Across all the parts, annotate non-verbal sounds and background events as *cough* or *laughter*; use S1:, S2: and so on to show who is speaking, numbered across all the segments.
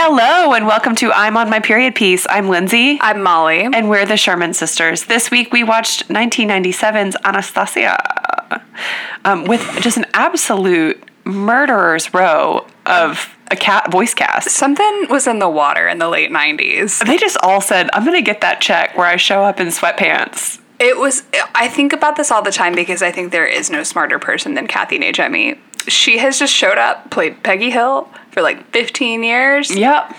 S1: and welcome to I'm on my period piece. I'm Lindsay,
S2: I'm Molly.
S1: and we're the Sherman sisters. This week we watched 1997's Anastasia um, with just an absolute murderer's row of a cat voice cast.
S2: Something was in the water in the late 90s.
S1: They just all said, "I'm gonna get that check where I show up in sweatpants."
S2: It was, I think about this all the time because I think there is no smarter person than Kathy Najemi. She has just showed up, played Peggy Hill for like 15 years,
S1: Yep,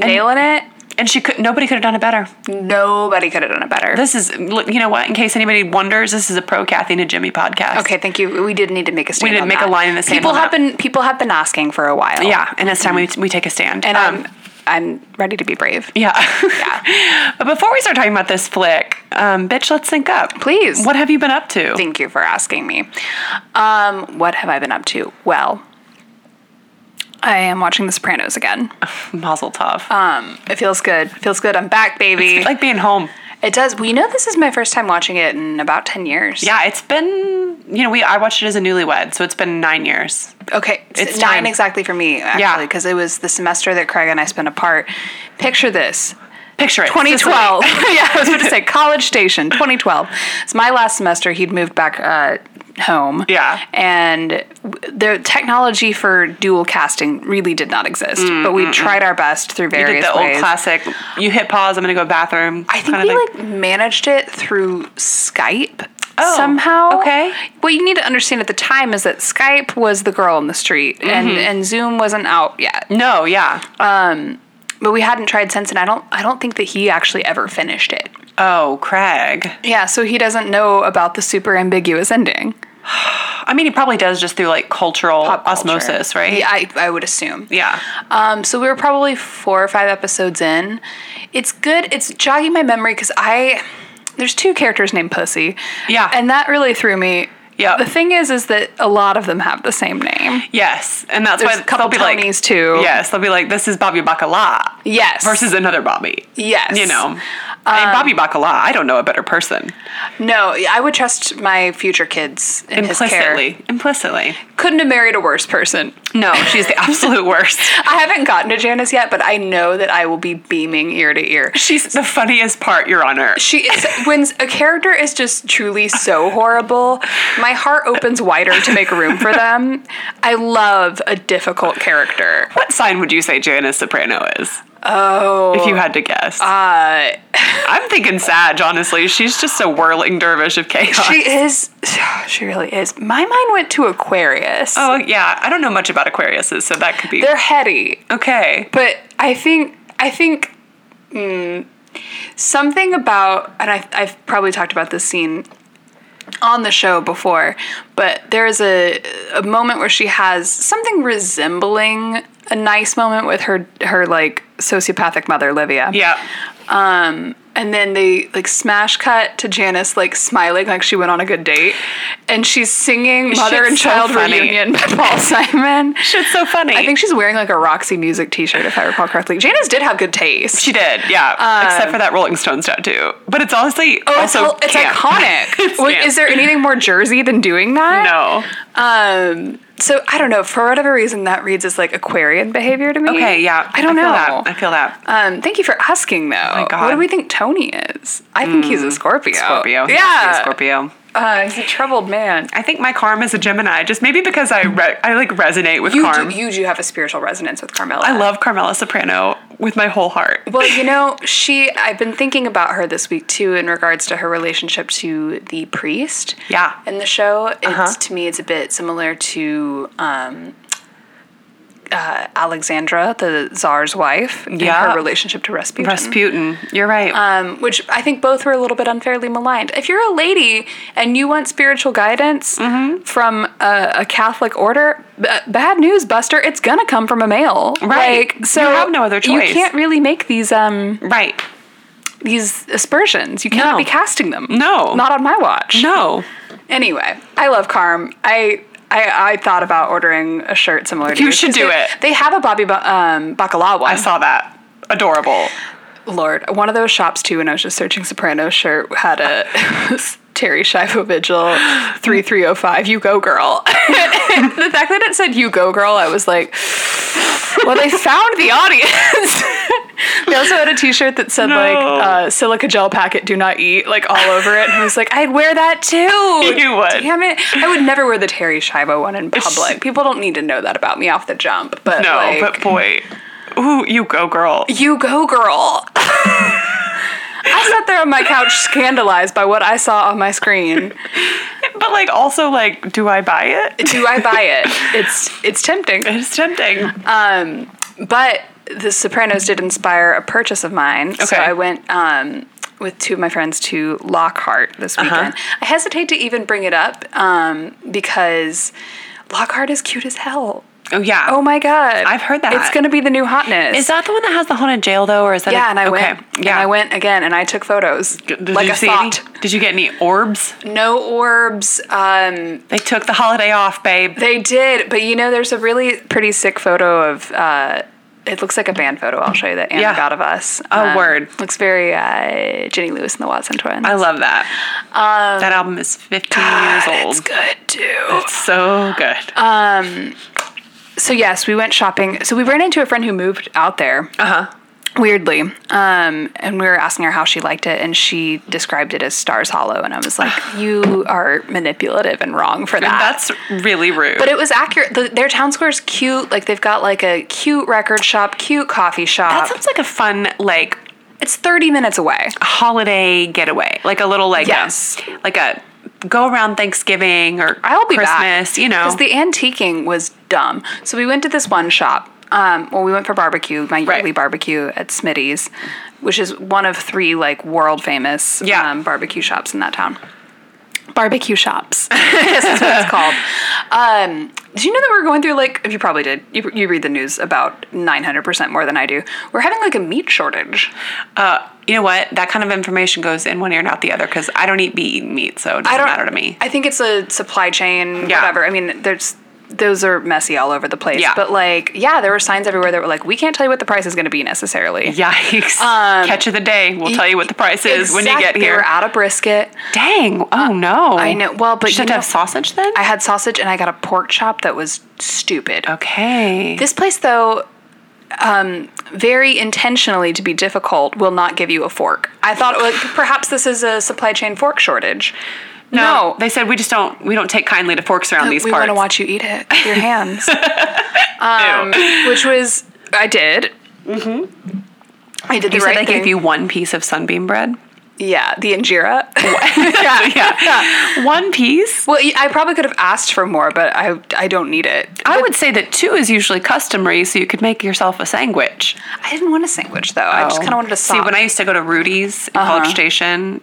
S2: nailing it.
S1: and she could. Nobody could have done it better.
S2: Nobody could have done it better.
S1: This is, look, you know what? In case anybody wonders, this is a pro Kathy and Jimmy podcast.
S2: okay, thank you. We did need to make a stand.
S1: did
S2: on
S1: make a
S2: that.
S1: line in the sand
S2: People
S1: on
S2: have
S1: that.
S2: been people have been asking for a while.
S1: Yeah, um, and it's time we, we take a stand.
S2: and I'm I'm ready to be brave.
S1: yeah.
S2: Yeah.
S1: *laughs* but before we start talking about this flick, um, bitch, let's sync up.
S2: Please.
S1: What have you been up to?
S2: Thank you for asking me. Um, what have I been up to? Well, I am watching The Sopranos again.
S1: Mazel tov.
S2: Um, It feels good. Feels good. I'm back, baby.
S1: like being home.
S2: It does. We know this is my first time watching it in about 10 years.
S1: Yeah, it's been, you know, we I watched it as a newlywed, so it's been nine years.
S2: Okay.
S1: It's
S2: It's nine
S1: time.
S2: exactly for me, actually, because it was the semester that Craig and I spent apart. Picture this
S1: Picture it.
S2: 2012. *laughs* yeah, I was going to say College Station, 2012. It's my last semester. He'd moved back uh, home.
S1: Yeah.
S2: And w- the technology for dual casting really did not exist,
S1: Mm,
S2: but we tried our best through
S1: Sicily.
S2: various
S1: Did the
S2: ways.
S1: old classic, you hit pause, I'm going to go bathroom.
S2: I think
S1: kinda
S2: we
S1: thing.
S2: like managed it through Skype
S1: Oh,
S2: somehow.
S1: okay.
S2: What you need to understand at the time is that Skype was the girl in the street, and and Zoom wasn't out yet.
S1: No, yeah.
S2: But we hadn't tried since, and I don't I don't think that he actually ever finished it.
S1: Oh, Craig.
S2: Yeah, so he doesn't know about the super ambiguous ending.
S1: I mean, he probably does just through like cultural
S2: Pop culture.
S1: osmosis, right?
S2: Yeah, I, I would assume.
S1: Yeah.
S2: Um, so we were probably four or five episodes in. It's good. It's jogging my memory because I there's two characters named Pussy.
S1: Yeah.
S2: and that really threw me.
S1: Yeah.
S2: The thing is, is that a lot of them have the same name.
S1: Yes, and that's
S2: There's
S1: why
S2: a couple
S1: they'll be
S2: Tonys
S1: like
S2: too.
S1: Yes, they'll be like this is Bobby Bacala
S2: Yes.
S1: versus another Bobby.
S2: Yes. Um,
S1: You know, I mean, Bobby Bacala. I don't know a better person.
S2: No, I would trust my future kids in his
S1: Implicitly, implicitly.
S2: care. Couldn't have married a worse person.
S1: No, she's the *laughs* absolute worst.
S2: *laughs* I haven't gotten to Janice yet, but I know that I will be beaming ear to ear.
S1: She's the funniest part, Your Honor.
S2: She is when a character is just truly so horrible, my heart opens wider to make room for them. I love a difficult character.
S1: What sign would you say Janice Soprano is? Oh, if you had to guess,
S2: Uh, *laughs*
S1: I'm thinking Sag. Honestly, she's just a whirling dervish of chaos.
S2: she is, *sighs* she really is. My mind went to Aquarius.
S1: oh yeah, I don't know much about Aquariuses, so that could be
S2: They're heady,
S1: okay.
S2: but I think I think mm, something about, and I, I've probably talked about this scene on the show before, but there's a a moment where she has something resembling a nice moment with her her like sociopathic mother Livia.
S1: Yeah,
S2: Um and then they like smash cut to Janice like smiling like she went on a good date and she's singing Mother and
S1: Shit's so
S2: Child
S1: funny.
S2: Reunion by
S1: *laughs*
S2: Paul Simon.
S1: shit's so funny.
S2: I think she's wearing like a Roxy Music t-shirt if I recall correctly. Janice did have good taste.
S1: She did, yeah. Except for that Rolling Stones tattoo. But it's honestly
S2: Um, Oh, it's,
S1: also
S2: hel- it's
S1: camp.
S2: iconic.
S1: *laughs* It's
S2: Like,
S1: camp.
S2: is there anything more Jersey than doing that?
S1: No.
S2: Um, so I don't know. For whatever reason, that reads as like Aquarian behavior to me.
S1: Okay, yeah.
S2: I don't know.
S1: Feel that. I feel that.
S2: Um, thank you for asking, though.
S1: God. Hmm.
S2: What do we think Tony is? I think he's a Scorpio.
S1: Scorpio. He must be a
S2: Yeah.
S1: Scorpio.
S2: Uh, he's a troubled man.
S1: I think my karm is a Gemini, just maybe because I re- I like resonate with
S2: You
S1: Carm.
S2: do, you do have a spiritual resonance with Carmela.
S1: I love Carmela Soprano with my whole heart.
S2: Well, you know, she. I've been thinking about her this week too, in regards to her relationship to the priest.
S1: Yeah. Uh-huh.
S2: In the show, it's to me, it's a bit similar to um, uh, Alexandra, the czar's wife, and
S1: Yeah.
S2: her relationship to Rasputin.
S1: Rasputin. You're right.
S2: um, which I think both were a little bit unfairly maligned. If you're a lady and you want spiritual guidance
S1: Mm-hmm.
S2: from a, a Catholic order, b- bad news, Buster. It's gonna come from a male,
S1: Right.
S2: Like, so
S1: You have no other choice.
S2: You can't really make these um,
S1: right.
S2: these aspersions. You cannot
S1: No.
S2: be casting them.
S1: No.
S2: not on my watch.
S1: No.
S2: Anyway, I love Carm. I. I, I thought about ordering a shirt similar to
S1: You
S2: yours,
S1: should
S2: 'cause
S1: do
S2: they-
S1: it.
S2: They have a Bobby ba- um, Bacala one.
S1: I saw that. Adorable.
S2: Lord, one of those shops too. When I was just searching Sopranos shirt, had a *laughs* Terry Schiavo Vigil three three zero five. You go, girl. *laughs* the fact that it said "You go, girl," I was like, well, they found the audience. *laughs* They also had a T-shirt that said like
S1: No.
S2: uh, "silica gel packet, do not eat" like all over it, and I was like, I'd wear that too.
S1: *laughs* You would.
S2: Damn it! I would never wear the Terry Schiavo one in
S1: It's-
S2: public. People don't need to know that about me off the jump. But
S1: No,
S2: like,
S1: but boy. Ooh, you go, girl.
S2: you go, girl. I sat there on my couch scandalized by what I saw on my screen.
S1: But like, also, like, do I buy it?
S2: Do I buy it? It's it's tempting.
S1: It's tempting.
S2: Um, but The Sopranos did inspire a purchase of mine. So
S1: Okay.
S2: I went um, with two of my friends to Lockhart this
S1: Uh-huh.
S2: weekend. I hesitate to even bring it up um, because Lockhart is cute as hell.
S1: oh yeah.
S2: Oh my god!
S1: I've heard that.
S2: it's going to be the new hotness.
S1: Is that the one that has the haunted jail though, or is that?
S2: yeah,
S1: a-
S2: and I
S1: okay.
S2: went.
S1: Yeah,
S2: and I went again, and I took photos.
S1: Did
S2: like
S1: you
S2: a
S1: see
S2: thought.
S1: Any, did you get any orbs?
S2: No orbs. Um,
S1: They took the holiday off, babe.
S2: They did, but you know, there's a really pretty sick photo of. Uh, it looks like a band photo. I'll show you that Anna
S1: Yeah.
S2: got of us. Um,
S1: Oh, word.
S2: Looks very uh, Jenny Lewis and the Watson Twins.
S1: I love that. that album is 15 years
S2: It's
S1: old.
S2: good too.
S1: So good.
S2: So yes, we went shopping. So we ran into a friend who moved out there.
S1: Uh-huh.
S2: Uh huh. Weirdly, um, and we were asking her how she liked it, and she described it as Stars Hollow, and I
S1: *sighs*
S2: was like, "You are manipulative and wrong for that."
S1: That's really rude.
S2: But it was accurate. The, their town square is cute. Like they've got like a cute record shop, cute coffee shop.
S1: that sounds like a fun like
S2: It's 30 minutes away.
S1: holiday getaway, like a little like a-
S2: Yes.
S1: like a go around Thanksgiving or
S2: I'll be
S1: Christmas. You know,
S2: Because the antiquing was dumb. So we went to this one shop. Um, well, we went for barbecue, my yearly
S1: Right.
S2: barbecue at Smitty's, which is one of three like world famous
S1: Yeah.
S2: um, barbecue shops in that town. Barbecue shops. *laughs* this is what it's called. Um, did you know that we're going through like you probably did. You, you read the news about nine hundred percent more than I do. We're having like a meat shortage.
S1: uh, you know what? That kind of information goes in one ear and out the other because I don't eat be eating meat, so it doesn't
S2: I don't
S1: matter to me.
S2: I think it's a supply chain,
S1: Yeah.
S2: whatever. I mean, there's those are messy all over the place.
S1: Yeah.
S2: But like, yeah, there were signs everywhere that were like, we can't tell you what the price is going to be necessarily.
S1: Yikes! Catch of the day. We'll tell you what the price is when you get
S2: Exact- they were
S1: here.
S2: out of brisket.
S1: Dang! Oh no! I
S2: know. Well, but
S1: you have
S2: you
S1: to have
S2: know-
S1: sausage then.
S2: I had sausage and I got a pork chop that was stupid.
S1: okay.
S2: This place though. Um, very intentionally to be difficult will not give you a fork. I thought like, perhaps this is a supply chain fork shortage.
S1: no, they said we just don't we don't take kindly to forks around these
S2: Uh, we
S1: parts.
S2: want to watch you eat it *laughs* with your hands. um, which was I did. Mm-hmm. I did the
S1: you
S2: right
S1: said they
S2: thing.
S1: gave you one piece of sunbeam bread. *gasps*
S2: yeah the *laughs* injera.
S1: yeah, yeah. One piece.
S2: well, y- I probably could have asked for more, but I I don't need it. I,
S1: I would say that two is usually customary, so you could make yourself a sandwich.
S2: I didn't want a sandwich though. Oh. I just kind of wanted to Uh-huh.
S1: see. When I used to go to Rudy's in College Station,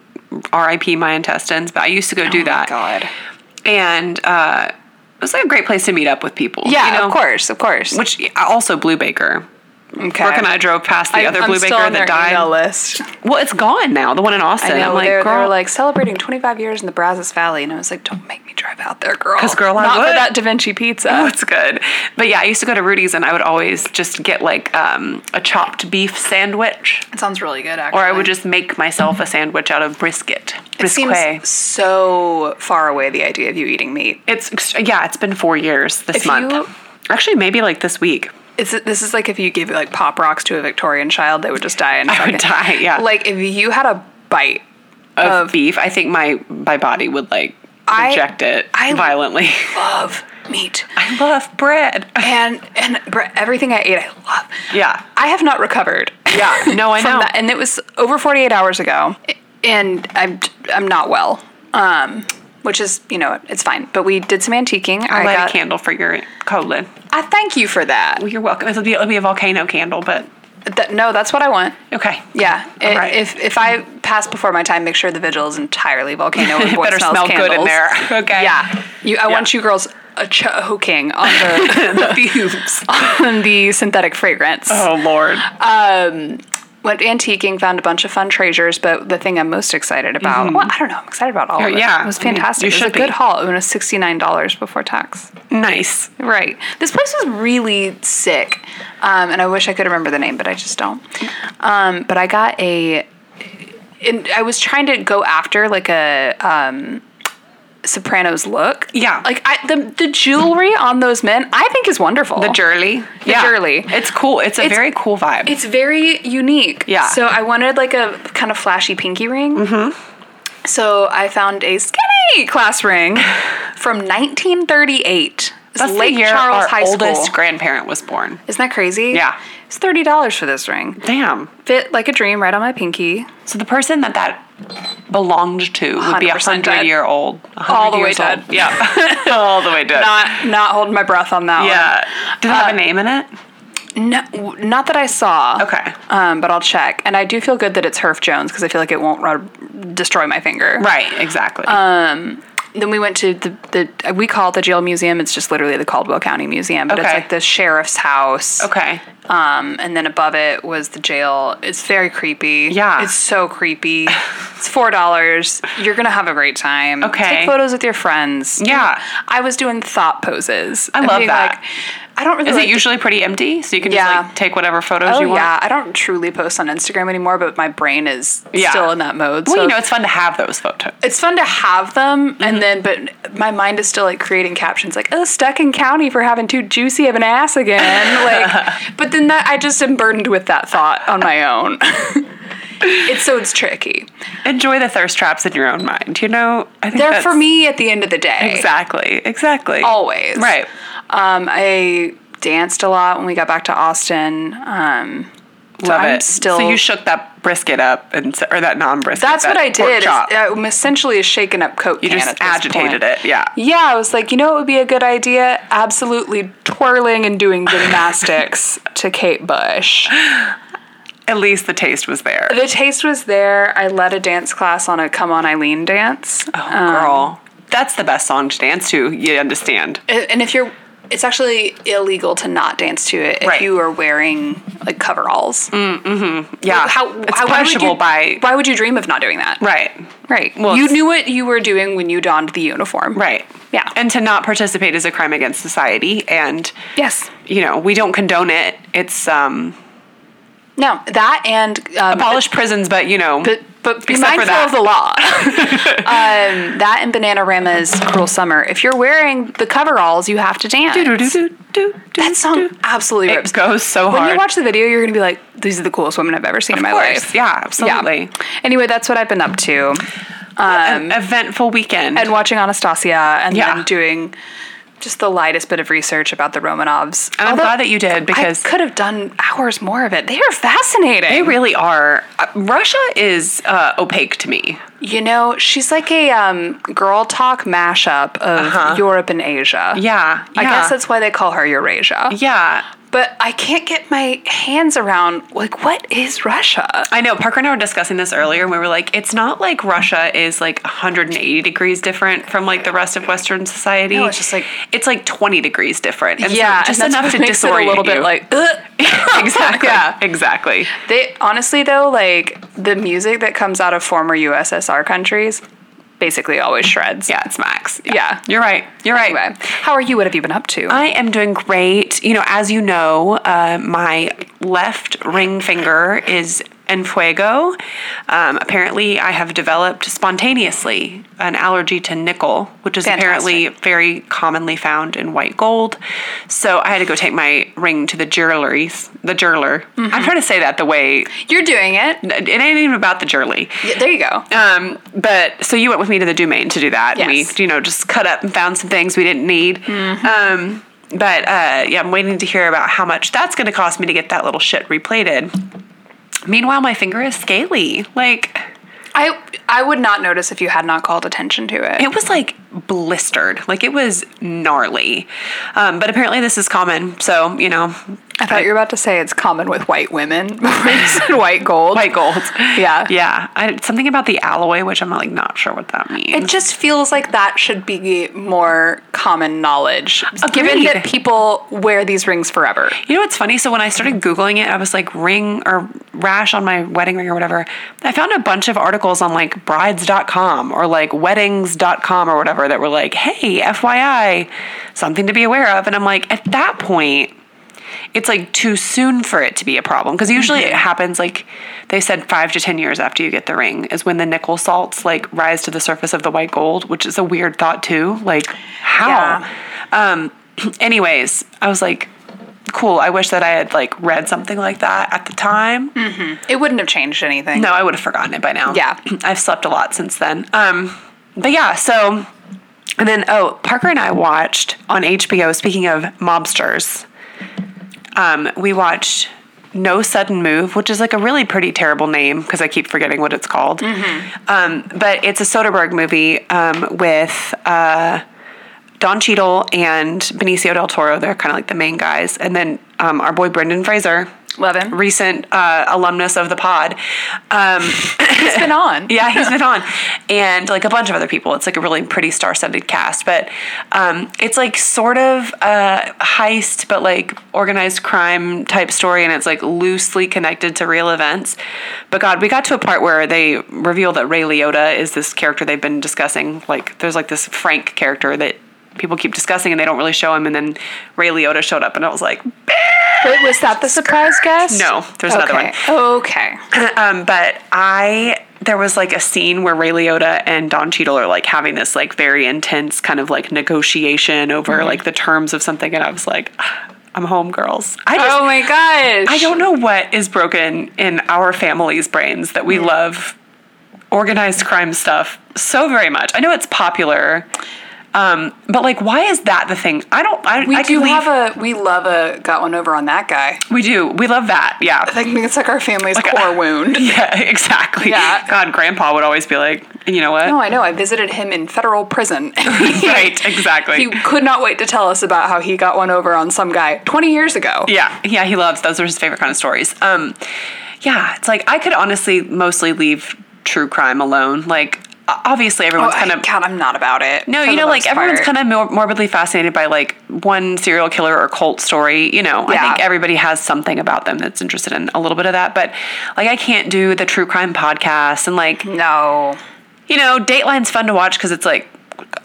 S1: R.I.P. my intestines, but I used to go do that.
S2: Oh God.
S1: And uh, it was like a great place to meet up with people.
S2: Yeah,
S1: you know?
S2: of course, of course.
S1: Which also Blue Baker.
S2: okay.
S1: Brooke and I drove past the
S2: I-
S1: other
S2: I'm
S1: Blue
S2: still
S1: Baker
S2: on their
S1: that died.
S2: Email list.
S1: Well, it's gone now. The one in Austin.
S2: I know,
S1: I'm like,
S2: they're,
S1: girl,
S2: they're like celebrating 25 years in the Brazos Valley, and I was like, "Don't make me drive out there, girl."
S1: 'Cause, girl, I
S2: not for
S1: would.
S2: that Da Vinci pizza.
S1: *laughs* Oh, it's good. But yeah, I used to go to Rudy's and I would always just get like um, a chopped beef sandwich,
S2: It sounds really good, actually.
S1: or I would just make myself a sandwich out of brisket.
S2: Mm-hmm. It seems
S1: Brisket.
S2: so far away the idea of you eating meat.
S1: It's ex- yeah, it's been four years this
S2: If
S1: month.
S2: you-
S1: Actually, maybe like this week.
S2: It's, this is like if you gave like pop rocks to a Victorian child, they would just die. And
S1: I would die, yeah.
S2: Like if you had a bite,
S1: Of, beef, I think my my body would like
S2: I-
S1: reject it
S2: I- *laughs*
S1: violently.
S2: love meat
S1: I love bread.
S2: and and br- everything I ate, I love.
S1: Yeah.
S2: I have not recovered.
S1: Yeah. No, I
S2: *laughs* from
S1: know.
S2: that, and it was over 48 hours ago, and I'm I'm not well. Um, which is you know it's fine, but we did some antiquing. I,
S1: I light
S2: got-
S1: a candle for your colon.
S2: I thank you for that.
S1: Well, you're welcome. It'll be it'll be a volcano candle, but
S2: Th- no, that's what I want.
S1: okay.
S2: Yeah.
S1: All
S2: i-
S1: right.
S2: If if I pass before my time, make sure the vigil is entirely volcano
S1: *laughs*
S2: and
S1: It
S2: boy
S1: better
S2: smells
S1: smell
S2: candles.
S1: good in there.
S2: *laughs*
S1: Okay.
S2: Yeah. You, I want you girls uh, choking on the
S1: *laughs* the fumes.
S2: on the synthetic fragrance. Um,
S1: Oh Lord.
S2: Uh, Went antiquing, found a bunch of fun treasures, but the thing I'm most excited about, well, I don't know, I'm excited about all of it.
S1: Mm-hmm. yeah.
S2: It was
S1: I mean,
S2: fantastic.
S1: you
S2: it was
S1: should
S2: a good
S1: be.
S2: haul. It was $69 before tax.
S1: nice.
S2: Right. This place was really sick, um, and I wish I could remember the name, but I just don't. Um, but I got a. And I was trying to go after like a um, Sopranos look.
S1: Yeah.
S2: Like I, the the jewelry on those men, I think is wonderful.
S1: The Jurley.
S2: The Jurley.
S1: Oh. It's cool. It's a
S2: It's-
S1: very cool vibe.
S2: It's very unique.
S1: Yeah.
S2: So I wanted like a kind of flashy pinky ring. Mm-hmm. So I found a skinny class ring from 1938. It's
S1: That's
S2: Lake
S1: the year
S2: Charles
S1: our
S2: High
S1: oldest
S2: School.
S1: grandparent was born.
S2: Isn't that crazy?
S1: Yeah.
S2: It's thirty dollars for this ring.
S1: Damn.
S2: Fit like a dream right on my pinky.
S1: So the person that that belonged to would be a
S2: 100% dead.
S1: hundred year old. a hundred
S2: All the way
S1: years
S2: dead.
S1: old.
S2: *laughs*
S1: Yeah. All the way dead.
S2: Not not holding my breath on that
S1: yeah. Did it have
S2: Uh,
S1: a name in it?
S2: one. No, not that I saw.
S1: Okay.
S2: Um, but I'll check. And I do feel good that it's Herf Jones because I feel like it won't rub, destroy my finger.
S1: Right, exactly.
S2: uh, Then we went to the, the we call it the jail museum. It's just literally the Caldwell County Museum, but it's
S1: Okay.
S2: like the sheriff's house.
S1: okay.
S2: Um, and then above it was the jail. It's very creepy.
S1: Yeah.
S2: It's so creepy. it's four dollars. You're gonna have a great time.
S1: Okay.
S2: Take photos with your friends.
S1: Yeah.
S2: I was doing thought poses. I
S1: love that.
S2: Like, I don't really.
S1: Is
S2: like
S1: it
S2: to-
S1: usually pretty empty? So you can
S2: Yeah.
S1: just like take whatever photos
S2: Oh
S1: you want.
S2: yeah, I don't truly post on Instagram anymore, but my brain is
S1: Yeah.
S2: still in that mode.
S1: Well,
S2: so
S1: you know, it's Mm-hmm. fun to have those photos.
S2: it's fun to have them and then but my mind is still like creating captions like oh stuck in county for having too juicy of an ass
S1: *laughs*
S2: again like but then that i just am burdened with that thought on my own *laughs* it's so it's tricky
S1: Enjoy the thirst traps in your own mind. You know, I think
S2: they're
S1: that's-
S2: for me at the end of the day
S1: Exactly. Exactly.
S2: always
S1: Right.
S2: um i danced a lot when we got back to austin um so
S1: Love
S2: I'm
S1: it.
S2: still
S1: so you shook that brisket up up and s- or that non brisket.
S2: that's what i did is-
S1: Chop.
S2: i'm essentially a shaken up coat
S1: you just agitated it. Yeah.
S2: Yeah, I was like, you know, it would be a good idea. Absolutely twirling and
S1: *laughs*
S2: doing gymnastics to Kate Bush.
S1: At least the taste was there.
S2: The taste was there. I led a dance class on a "Come On Eileen" dance.
S1: Oh, girl. That's the best song to dance to. You understand.
S2: A- And if you're, it's actually illegal to not dance to it if
S1: Right.
S2: you are wearing like coveralls.
S1: Yeah.
S2: How
S1: it's
S2: how- why would you-
S1: punishable by.
S2: Why would you dream of not doing that?
S1: Right.
S2: Right.
S1: Well,
S2: you
S1: it's-
S2: knew what you were doing when you donned the uniform.
S1: Right.
S2: Yeah.
S1: And to not participate is a crime against society. And,
S2: Yes.
S1: you know, we don't condone it. It's um,
S2: No. That and um,
S1: abolish prisons, but, you know,
S2: but but be
S1: Except for
S2: mindful
S1: that.
S2: of the
S1: *laughs*
S2: law. um, that and Bananarama's "Cruel Summer." If you're wearing the coveralls, you have to dance. that song absolutely rips.
S1: it goes so
S2: When
S1: hard.
S2: you watch the video, you're gonna be like, "These are the coolest women I've ever seen in my
S1: of course.
S2: life."
S1: Yeah, absolutely.
S2: Anyway, that's what I've been up to,
S1: An eventful weekend.
S2: and watching Anastasia, and
S1: Yeah.
S2: then doing just the lightest bit of research about the Romanovs.
S1: And I'm
S2: Although
S1: glad that you did because
S2: I could have done hours more of it. They are fascinating.
S1: they really are. uh, Russia is uh, opaque to me.
S2: You know, she's like a um, girl talk mashup of
S1: Uh-huh.
S2: Europe and Asia.
S1: Yeah,
S2: I
S1: yeah.
S2: guess that's why they call her Eurasia.
S1: Yeah.
S2: But I can't get my hands around, like, what is Russia?
S1: I know Parker and I were discussing this earlier, and we were like, it's not like Russia is like 180 degrees different from like the rest of Western society.
S2: No, it's just like-
S1: it's like 20 degrees different. And so just
S2: and that's
S1: enough
S2: what
S1: to
S2: makes it
S1: disorient
S2: a little bit
S1: you. *laughs*
S2: like, *laughs* ugh.
S1: exactly,
S2: Yeah.
S1: exactly.
S2: They honestly though, like the music that comes out of former USSR countries, basically always shreds.
S1: Yeah, it's Max.
S2: Yeah.
S1: you're right. You're right. Um,
S2: Anyway, how are you? What have you been up to?
S1: I am doing great. You know, as you know, uh, my left ring finger is en fuego. Um, apparently, I have developed spontaneously an allergy to nickel, which is apparently very commonly found in white gold. So I had to go take my ring to the jewelers. The jeweler. I'm trying to say that the way
S2: You're doing it.
S1: it ain't even about the jewelry.
S2: Yeah, There you go.
S1: Um, but so you went with me to the domain to do that. and
S2: Yes. Mm-hmm.
S1: We, you know, just cut up and found some things we didn't need. Um, but uh, yeah, I'm waiting to hear about how much that's going to cost me to get that little shit replated. Meanwhile, my finger is scaly. Like
S2: I I would not notice if you had not called attention to it.
S1: it was like blistered. Like it was gnarly. Um, but apparently, this is common. So you know,
S2: I thought you were about to say it's common with white women *laughs* before
S1: *laughs*
S2: you said white gold.
S1: white gold.
S2: Yeah.
S1: yeah. I, something about the alloy, which I'm like not sure what that means.
S2: It just feels like that should be more common knowledge, given
S1: Agreed.
S2: that people wear these rings forever.
S1: You know what's funny? So when I started Googling it, I was like ring or rash on my wedding ring or whatever. I found a bunch of articles on like brides.com or like weddings.com or whatever that were like, hey, FYI, something to be aware of. And I'm like, at that point, it's like too soon for it to be a problem because usually it happens like they said five to ten years after you get the ring is when the nickel salts like rise to the surface of the white gold, which is a weird thought too. Like how? Um, *clears throat* anyways, I was like, cool. I wish that I had like read something like that at the time.
S2: It wouldn't have changed anything.
S1: No, I would have forgotten it by now.
S2: Yeah.
S1: *clears throat* I've slept a lot since then. Um, but yeah, so and then oh, Parker and I watched on HBO. Speaking of mobsters, um, we watched No Sudden Move, which is like a really pretty terrible name because I keep forgetting what it's called.
S2: Mm-hmm.
S1: Um, but it's a Soderbergh movie um, with. Uh, Don Cheadle and Benicio del Toro, they're kind of like the main guys. And then um, our boy Brendan Fraser,
S2: Love him.
S1: recent uh, alumnus of the pod. Um,
S2: He's been on.
S1: yeah, he's been on, and like a bunch of other people. It's like a really pretty star-studded cast, but um, it's like sort of a heist, but like organized crime type story, and it's like loosely connected to real events. But God, we got to a part where they reveal that Ray Liotta is this character they've been discussing. Like, there's like this Frank character that people keep discussing, and they don't really show him. And then Ray Liotta showed up, and I was like,
S2: Wait, was that the surprise guest?
S1: No, there's another one.
S2: Okay. Okay.
S1: Um, but I there was like a scene where Ray Liotta and Don Cheadle are like having this like very intense kind of like negotiation over
S2: Mm-hmm.
S1: like the terms of something, and I was like, "Ah, I'm home, girls. I just
S2: Oh my gosh.
S1: I don't know what is broken in our family's brains that we love organized crime stuff so very much. I know it's popular. Um, but like, why is that the thing? I don't. I,
S2: We
S1: I
S2: do have a. We love a. Got one over on that guy.
S1: We do. We love that. Yeah. *laughs*
S2: I think it's like our family's core wound.
S1: Yeah. Exactly.
S2: Yeah.
S1: God, Grandpa would always be like, you know what?
S2: No, I know. I visited him in federal prison.
S1: *laughs*
S2: *laughs*
S1: right, exactly.
S2: He could not wait to tell us about how he got one over on some guy 20 years ago.
S1: yeah, yeah, he loves those are his favorite kind of stories. Um, yeah, it's like I could honestly mostly leave true crime alone. Like o- obviously
S2: Oh,
S1: everyone's
S2: I-
S1: kind of
S2: God, I'm not about it.
S1: no, you know, like everyone's kind of mor- morbidly fascinated by like one serial killer or cult story. You know, I
S2: Yeah.
S1: think everybody has something about them that's interested in a little bit of that. But like, I can't do the true crime podcast and like
S2: Mm-hmm. No.
S1: you know, Dateline's fun to watch because it's like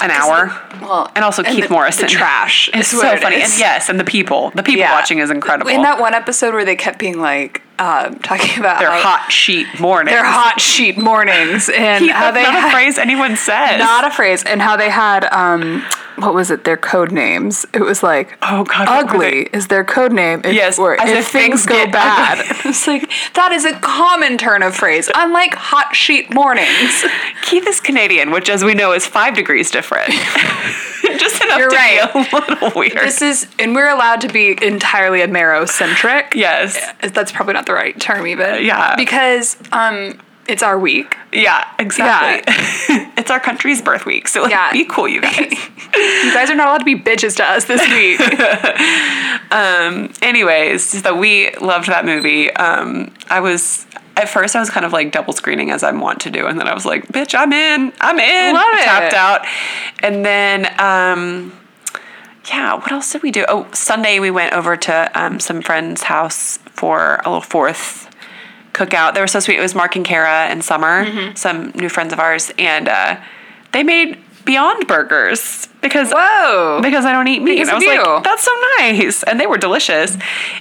S1: an hour.
S2: well,
S1: and also
S2: and
S1: Keith
S2: the-
S1: Morrison.
S2: the trash
S1: It's
S2: is
S1: so
S2: what it
S1: funny.
S2: is.
S1: And yes, and the people. The people
S2: Yeah.
S1: watching is incredible.
S2: In that one episode where they kept being like, um, talking about
S1: They're
S2: how-
S1: hot sheet morning.
S2: Their hot sheet
S1: *laughs*
S2: mornings and how
S1: That's
S2: they
S1: not
S2: had,
S1: a phrase
S2: *laughs*
S1: anyone says.
S2: not a phrase and how they had um what was it their code names it was like
S1: Oh, God, what were
S2: ugly is their code name if,
S1: Yes,
S2: or
S1: as
S2: if,
S1: if things
S2: things, go
S1: get
S2: bad
S1: ugly.
S2: *laughs* it's like that is a common turn of phrase unlike hot sheet
S1: *laughs*
S2: mornings
S1: Keith is Canadian, which, as we know, is five degrees different. *laughs* Just enough
S2: You're
S1: to
S2: right.
S1: be a little weird.
S2: this is and we're allowed to be entirely amerocentric
S1: yes.
S2: that's probably not the right term even
S1: Yeah.
S2: because um it's our week
S1: Yeah, exactly. *laughs* it's our country's birth week, so like,
S2: Yeah.
S1: be cool, you guys.
S2: you guys are not allowed to be bitches to us this week
S1: *laughs* anyways, just that we loved that movie. Um, I was at first I was kind of like double screening as I want to do, and then I was like, "Bitch, I'm in, I'm in."
S2: Love it.
S1: Tapped out, and then. Um, yeah, what else did we do? Oh, Sunday we went over to um, some friend's house for a little fourth cookout. They were so sweet. It was Mark and Kara and Summer,
S2: Mm-hmm.
S1: some new friends of ours, and uh, they made Beyond Burgers because
S2: Whoa.
S1: because I don't eat meat.
S2: Because
S1: I
S2: of
S1: was
S2: you.
S1: like, that's so nice. And they were delicious.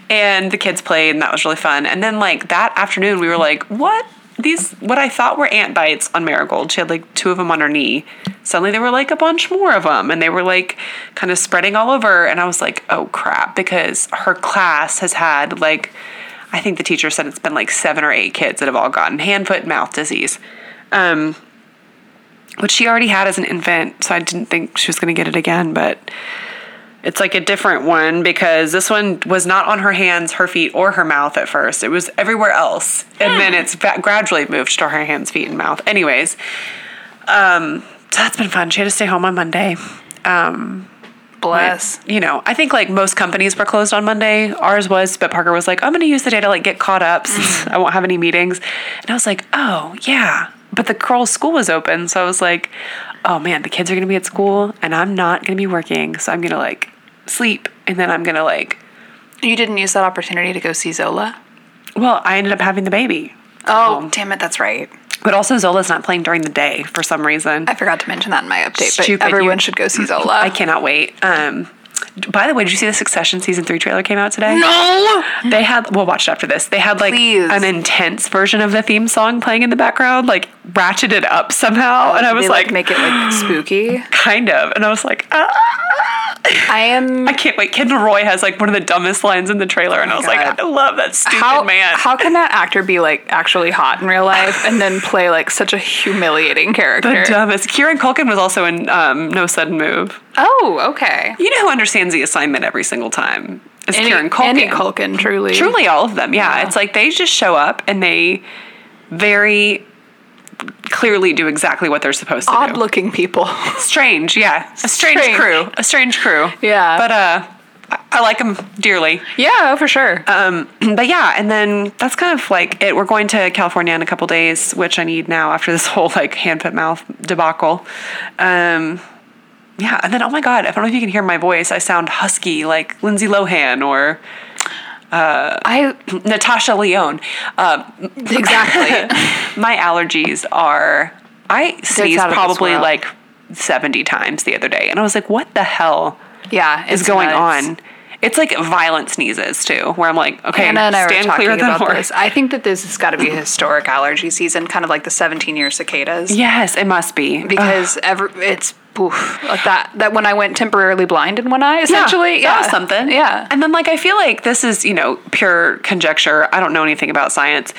S1: And the kids played, and that was really fun. And then, like, that afternoon, we were like, what? These, what I thought were ant bites on Marigold. She had like two of them on her knee. Suddenly, there were like a bunch more of them, and they were like kind of spreading all over. And I was like, oh crap, because her class has had like, I think the teacher said it's been like seven or eight kids that have all gotten hand, foot, and mouth disease. Um, which she already had as an infant, so I didn't think she was going to get it again, but it's like a different one because this one was not on her hands, her feet, or her mouth at first. It was everywhere else. And then it's va- gradually moved to her hands, feet, and mouth. Anyways, um, so that's been fun. She had to stay home on Monday. Um,
S2: bless
S1: You know, I think like most companies were closed on Monday. Ours was, but Parker was like, I'm going to use the day to like get caught up since I won't have any meetings. And I was like, oh, yeah. But the girls' school was open. So I was like, oh man, the kids are going to be at school and I'm not going to be working. So I'm going to like sleep and then I'm going to like
S2: You didn't use that opportunity to go see Zola?
S1: Well, I ended up having the baby.
S2: Oh, damn it, that's right.
S1: But also Zola's not playing during the day for some reason.
S2: I forgot to mention that in my update,
S1: Stupid,
S2: but everyone
S1: you-
S2: should go see Zola.
S1: I cannot wait. Um By the way, did you see the Succession season three trailer came out today?
S2: No.
S1: They had we'll watch it after this. They had like
S2: Please.
S1: an intense version of the theme song playing in the background, like ratcheted up somehow. And I was
S2: Oh, they,
S1: like,
S2: make it like spooky.
S1: kind of. And I was like, ah.
S2: I am.
S1: I can't wait. Kendall Roy has like one of the dumbest lines in the trailer, and I was like,
S2: God.
S1: I love that stupid
S2: How,
S1: man.
S2: how can that actor be like actually hot in real life and then play like such a humiliating
S1: the
S2: character?
S1: dumbest. Kieran Culkin was also in um, No Sudden Move.
S2: oh, okay.
S1: You know who understands the assignment every single time? It's
S2: Any-
S1: Kieran Culkin.
S2: Any Culkin, truly.
S1: Truly, all of them. Yeah, it's like they just show up and they very clearly do exactly what they're supposed to
S2: Odd
S1: do.
S2: looking people.
S1: strange, yeah, a strange,
S2: Strange.
S1: crew, a strange crew.
S2: Yeah.
S1: but uh, I, I like them dearly.
S2: yeah, for sure.
S1: Um, *clears throat* but yeah, and then that's kind of like it. We're going to California in a couple days, which I need now after this *laughs* whole like hand put mouth debacle. Um, yeah, and then oh my god, I don't know if you can hear my voice. I sound husky, like Lindsay Lohan or *laughs*
S2: I
S1: Natasha Leone. Uh,
S2: exactly.
S1: *laughs* my allergies are. I sneezed
S2: out of this
S1: probably
S2: world.
S1: like seventy times the other day, and I was like, "What the hell
S2: *laughs* yeah,
S1: is going on?" It's like violent sneezes too, where I'm like, "Okay,
S2: Anna and I were
S1: stand
S2: talking
S1: clear of the
S2: about
S1: horse."
S2: this. I think that this has got to be a historic allergy season, kind of like the 17-year cicadas.
S1: Yes, it must be
S2: because every it's poof like that that when I went temporarily blind in one eye essentially yeah,
S1: Oh, that was something.
S2: yeah
S1: and then like I feel like this is you know pure conjecture. I don't know anything about science,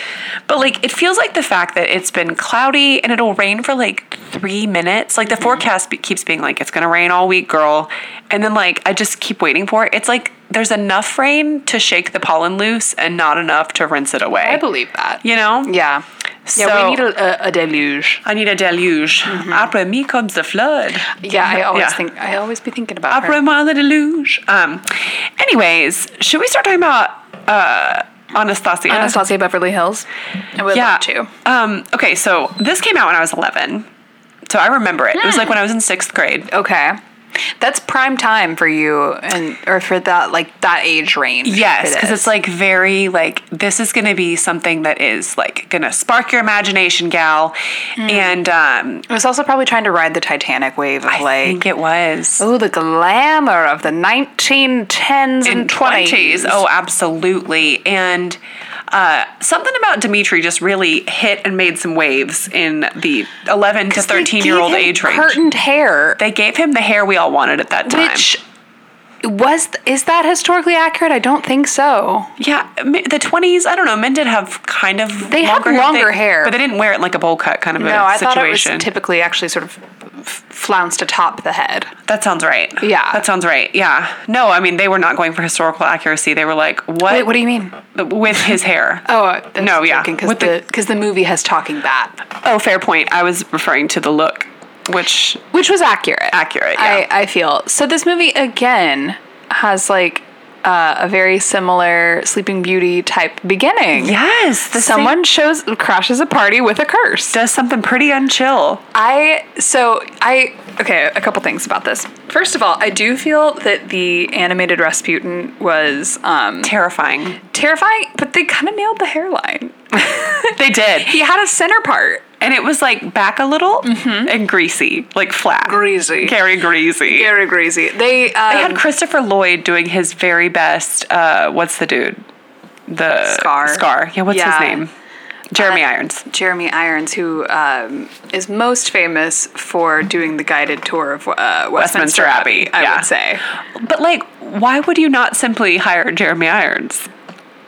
S1: but like it feels like the fact that it's been cloudy and it'll rain for like three minutes. Like the
S2: Mm-hmm.
S1: forecast be- keeps being like it's gonna rain all week, girl, and then like I just keep waiting for it. It's like there's enough rain to shake the pollen loose and not enough to rinse it away.
S2: I believe that
S1: you know.
S2: yeah yeah
S1: So-
S2: we need a, a, a deluge
S1: I need a deluge. After me comes the flood.
S2: yeah I always
S1: Yeah.
S2: think I always be thinking about
S1: Opera
S2: her.
S1: Mala Deluge. Um, anyways, should we start talking about uh, Anastasia?
S2: Anastasia Beverly Hills I would love to
S1: Um, okay, so this came out when I was 11. So I remember it. It was like when I was in sixth grade.
S2: okay that's prime time for you and or for that like that age range
S1: Yes,
S2: it
S1: because
S2: is.
S1: it's like very like this is going to be something that is like going to spark your imagination, gal. And um,
S2: it was also probably trying to ride the Titanic wave of
S1: I
S2: like
S1: think it was
S2: oh the glamour of the 1910s and 20s
S1: Oh, absolutely. And uh, something about Dimitri just really hit and made some waves in the 11 to 13 year old
S2: They gave him
S1: age range.
S2: Curtained hair,
S1: They gave him the hair we all wanted at that time.
S2: which was is that historically accurate? I don't think so.
S1: yeah, m- the 20s, I don't know, men did have kind of
S2: They had longer
S1: They-
S2: hair.
S1: But they didn't wear it like a bowl cut kind of
S2: no,
S1: a
S2: I thought it was
S1: situation.
S2: typically actually sort of f- flounced atop the head.
S1: that sounds right.
S2: Yeah.
S1: That sounds right. Yeah. No, I mean, they were not going for historical accuracy. They were like, what?
S2: Wait, what do you mean?
S1: With his hair.
S2: Oh, uh, that's
S1: No, yeah.
S2: because
S1: With
S2: the because the, movie has talking bat,
S1: oh, fair point. I was referring to the look, which
S2: which was accurate.
S1: Accurate, yeah.
S2: I I feel so. This movie again has like. Uh, a very similar Sleeping Beauty type beginning.
S1: Yes, the
S2: Someone shows crashes a party with a curse.
S1: does something pretty unchill.
S2: I so I okay, a couple things about this. First of all, I do feel that the animated Rasputin was um, *laughs*
S1: Terrifying.
S2: terrifying, but they kind of nailed the hairline.
S1: They did.
S2: He had a center part.
S1: And it was like back a little and greasy, like flat.
S2: Mm-hmm. Greasy.
S1: Very greasy.
S2: Very greasy. They um,
S1: They had Christopher Lloyd doing his very best. Uh, what's the dude? The
S2: Scar.
S1: Scar. Yeah, what's
S2: Yeah. Uh,
S1: his name? Jeremy Irons.
S2: Jeremy Irons, who um, is most famous for doing the guided tour of uh, Westminster, Abbey,
S1: Abbey,
S2: I
S1: yeah.
S2: would say.
S1: But like, why would you not simply hire Jeremy Irons?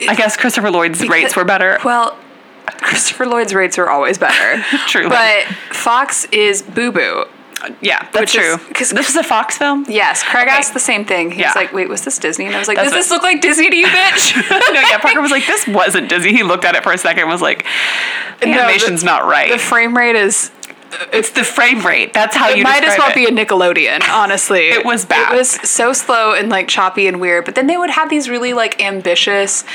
S1: I guess Christopher Lloyd's rates were better.
S2: Well, Christopher Lloyd's rates are always better.
S1: *laughs* Truly.
S2: But Fox is boo boo.
S1: yeah, that's
S2: which is-
S1: true.
S2: 'cause-
S1: Because this is a Fox film.
S2: Yes, Craig asked the same thing. He
S1: Yeah.
S2: was like, "Wait, was this Disney?" And I was like,
S1: That's
S2: "Does this look like Disney to
S1: *laughs*
S2: you, bitch?"
S1: *laughs*
S2: *laughs*
S1: no, yeah, Parker was like, this wasn't Disney. He looked at it for a second and was like, the
S2: No, the-
S1: animation's not right.
S2: the frame rate is
S1: it's the frame rate. That's how
S2: it
S1: you
S2: might as well
S1: describe
S2: be a Nickelodeon.
S1: *laughs*
S2: Honestly, it
S1: was bad.
S2: It was so slow and like choppy and weird. But then they would have these really like ambitious,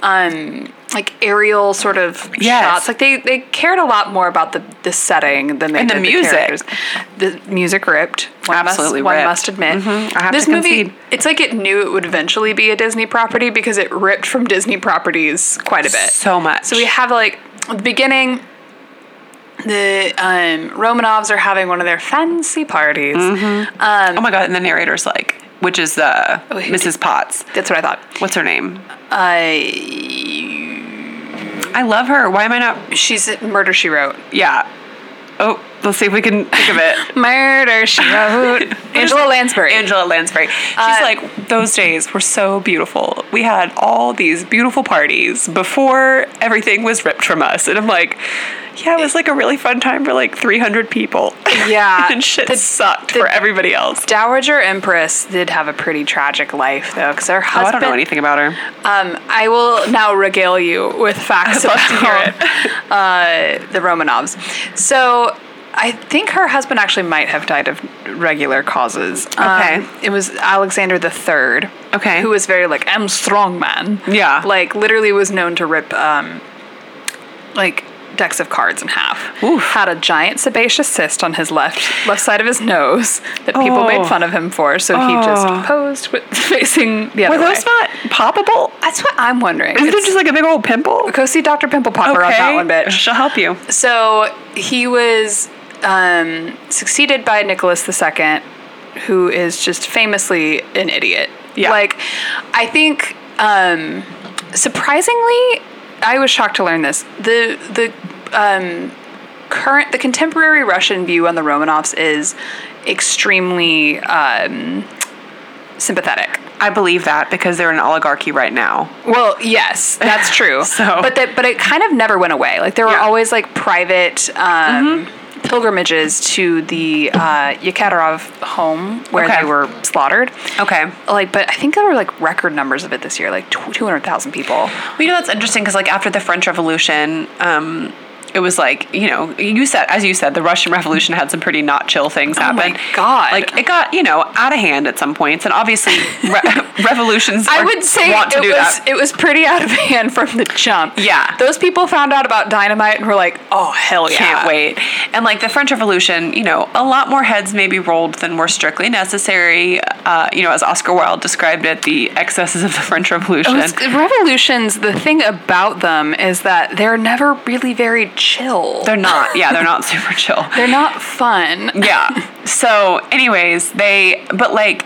S2: um, like aerial sort of
S1: Yes.
S2: shots. Like they they cared a lot more about the the setting than they
S1: And the
S2: did
S1: music.
S2: characters. The music ripped. One
S1: Absolutely
S2: must, One
S1: ripped. Mm-hmm.
S2: must admit.
S1: I have
S2: this
S1: to
S2: movie,
S1: concede.
S2: it's like it knew it would eventually be a Disney property because it ripped from Disney properties quite a bit.
S1: So much.
S2: So we have like at the beginning. The um, Romanovs are having one of their fancy parties.
S1: Mm-hmm. oh my god! And the narrator's like, which is uh,
S2: Oh, who
S1: Mrs. Potts.
S2: That's what I thought.
S1: What's her name?
S2: Uh,
S1: I love her. Why am I not?
S2: she's at Murder She Wrote.
S1: Yeah. Oh, let's see if we can think of *laughs* it.
S2: Murder
S1: *laughs*
S2: She Wrote. Angela Lansbury.
S1: Angela Lansbury. Uh, She's like, those days were so beautiful. We had all these beautiful parties before everything was ripped from us. And I'm like, yeah, it was like a really fun time for like 300 people.
S2: *laughs* Yeah.
S1: *laughs* and shit
S2: The-
S1: sucked
S2: the-
S1: for everybody else.
S2: Dowager Empress did have a pretty tragic life, though, because her
S1: Oh, I
S2: husband.
S1: don't know anything about her.
S2: Um, I will now regale you with facts
S1: love
S2: about
S1: to hear
S2: uh, the Romanovs. So I think her husband actually might have died of regular causes. Um,
S1: Okay.
S2: it was Alexander the Third.
S1: Okay.
S2: who was very like I'm strong man.
S1: Yeah.
S2: like literally was known to rip um, like decks of cards in half.
S1: Oof.
S2: Had a giant sebaceous cyst on his left left side of his nose that people
S1: Oh.
S2: made fun of him for. So he
S1: Oh.
S2: just posed with *laughs* facing the
S1: Were
S2: other way.
S1: those not poppable?
S2: That's what I'm wondering.
S1: Isn't it
S2: It's-
S1: just like a big old pimple?
S2: Go see Dr. Pimple Popper on that one, bitch.
S1: She'll help you.
S2: So he was um, succeeded by Nicholas II, who is just famously an idiot.
S1: Yeah.
S2: Like, I think um, surprisingly, I was shocked to learn this. The the um, current the contemporary Russian view on the Romanovs is extremely um, sympathetic.
S1: I believe that because they're an oligarchy right now.
S2: Well, yes, *laughs* that's true.
S1: So-
S2: but that but it kind of never went away. Like there were
S1: Yeah.
S2: always like private um, pilgrimages to the uh, Yekaterov home where
S1: Okay.
S2: they were slaughtered.
S1: Okay.
S2: Like, but I think there were like record numbers of it this year, like two hundred thousand people.
S1: Well, you know that's interesting because like after the French Revolution, um, it was like you know you said as you said the Russian *laughs* Revolution had some pretty not chill things happen.
S2: my God.
S1: Like it got you know out of hand at some points, and obviously re- *laughs* revolutions.
S2: I
S1: are-
S2: would say
S1: want to
S2: it
S1: do
S2: was
S1: that.
S2: it was pretty out of *laughs* hand from the jump.
S1: Yeah.
S2: those people found out about dynamite and were like, "Oh hell yeah!"
S1: Can't wait. And like the French Revolution, you know, a lot more heads maybe rolled than were strictly necessary. Uh, you know, as Oscar Wilde described it, the excesses of the French Revolution.
S2: Those revolutions, the thing about them is that they're never really very chill.
S1: they're not. Yeah, they're not *laughs* super chill.
S2: They're not fun.
S1: yeah. So, anyways, they, but like,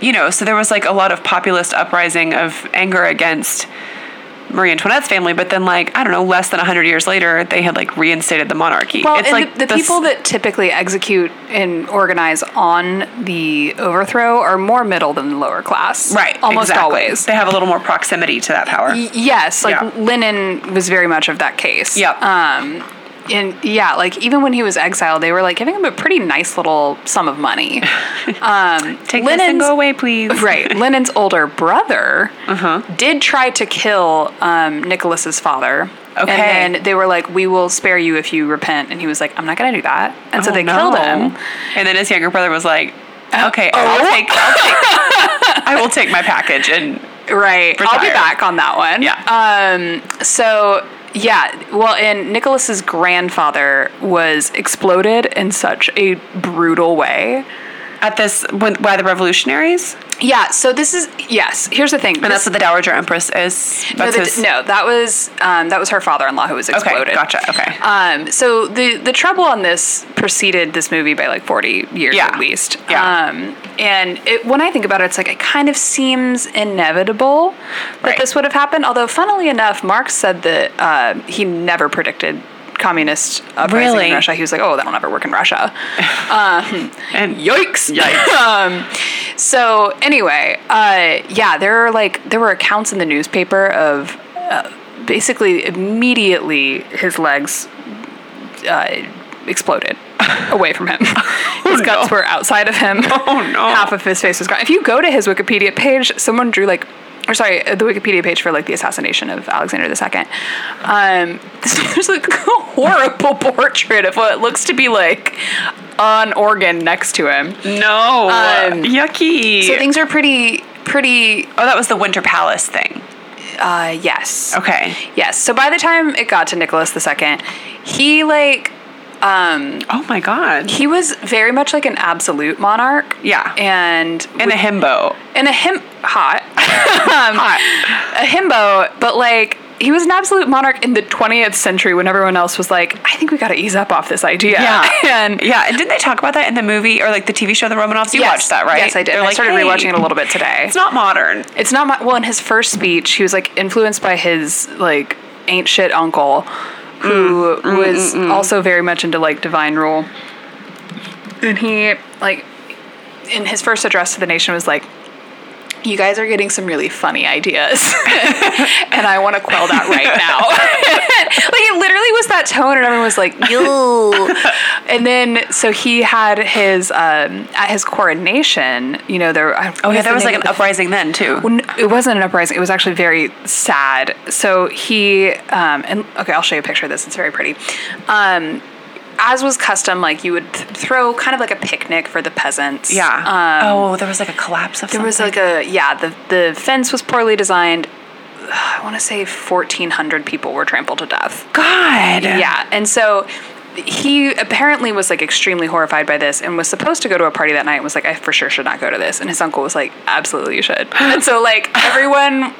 S1: you know, so there was like a lot of populist uprising of anger against Marie Antoinette's family, but then like, I don't know, less than 100 years later, they had like reinstated the monarchy.
S2: Well,
S1: it's
S2: and
S1: like
S2: the, the
S1: this-
S2: people that typically execute and organize on the overthrow are more middle than the lower class.
S1: Right.
S2: Almost
S1: exactly.
S2: always.
S1: They have a little more proximity to that power.
S2: Y- yes. Like
S1: Yeah.
S2: Lenin was very much of that case.
S1: Yep.
S2: Um, and yeah, like even when he was exiled, they were like giving him a pretty nice little sum
S1: *laughs*
S2: of money. Um,
S1: Take this and go away, *laughs* please.
S2: Right. Lenin's older brother
S1: Uh-huh.
S2: did try to kill um, Nicholas's father.
S1: Okay.
S2: And then they were like, we will spare you if you repent. And he was like, I'm not going to do that. And so
S1: Oh,
S2: they
S1: no.
S2: killed him.
S1: And then his younger brother was like, okay, I'll take, I'll take, *laughs* I will take my package. And
S2: Right. I'll be
S1: Retire.
S2: back on that
S1: Uh,
S2: one. Yeah. Um, so, yeah. Well, and Nicholas's grandfather was exploded in such a brutal way.
S1: at this, when, by the revolutionaries,
S2: Yeah. So this is, yes. Here's the thing.
S1: and
S2: This-
S1: that's what the Dowager Empress is.
S2: no,
S1: That's
S2: the-
S1: his-
S2: no, that was um, that was her father-in-law who was
S1: Okay,
S2: exploded.
S1: gotcha. Okay.
S2: Um, so the the trouble on this preceded this movie by like forty years
S1: Yeah.
S2: at least.
S1: Yeah.
S2: Um, and it, when I think about it, it's like it kind of seems inevitable that
S1: Right.
S2: this would have happened. Although, funnily enough, Marx said that uh, he never predicted communist uprising
S1: Really?
S2: in Russia. He was like, "Oh, that'll never work in Russia."
S1: and
S2: Yikes!
S1: Yikes.
S2: *laughs* um, so anyway, uh, yeah, there are like there were accounts in the newspaper of uh, basically immediately his legs uh, exploded away
S1: *laughs*
S2: from him. his
S1: Oh, no.
S2: guts were outside of him.
S1: *laughs* Oh, no.
S2: Half of his face was gone. If you go to his Wikipedia page, someone drew like. Or sorry, uh, the Wikipedia page for like the assassination of Alexander II. Um, *laughs* there's like a horrible *laughs* portrait of what looks to be like an organ next to him.
S1: no,
S2: Um,
S1: yucky.
S2: So things are pretty, pretty.
S1: oh, that was the Winter Palace thing.
S2: Uh, yes.
S1: Okay.
S2: Yes. So by the time it got to Nicholas II, he like
S1: Oh my God.
S2: he was very much like an absolute monarch.
S1: Yeah.
S2: And
S1: And a himbo.
S2: and a him hot *laughs*
S1: Hot.
S2: a himbo, but like he was an absolute monarch in the 20th century when everyone else was like, I think we got to ease up off this idea.
S1: Yeah.
S2: *laughs* and
S1: Yeah, *laughs* and didn't they talk about that in the movie or like the TV show The Romanovs? You
S2: Yes.
S1: watched that, right?
S2: Yes, I did.
S1: They're
S2: I
S1: like,
S2: started
S1: "Hey,
S2: rewatching it a little bit today.
S1: It's not modern.
S2: It's not my well. In his first speech, he was like influenced by his like ain't shit uncle, who was also very much into like divine rule. And he like in his first address to the nation was like, "You guys are getting some really funny ideas, *laughs* and I want to quell that right now." *laughs* like it literally was that tone, and everyone was like, "Yo!" and then so he had his um, at his coronation. You know there. I-
S1: Oh yeah, there
S2: what's the
S1: was
S2: name
S1: like
S2: of
S1: an
S2: the
S1: uprising then too.
S2: well, n- it wasn't an uprising. It was actually very sad. So he um, and okay, I'll show you a picture of this. It's very pretty. Um, as was custom, like you would th- throw kind of like a picnic for the peasants.
S1: Yeah.
S2: Um,
S1: oh, there was like a collapse of
S2: there was
S1: something.
S2: like a yeah. The the fence was poorly designed. *sighs* I want to say fourteen hundred people were trampled to death.
S1: God.
S2: Yeah. And so he apparently was like extremely horrified by this and was supposed to go to a party that night and was like, I for sure should not go to this. And his uncle was like, Absolutely, you should. And so, like, everyone,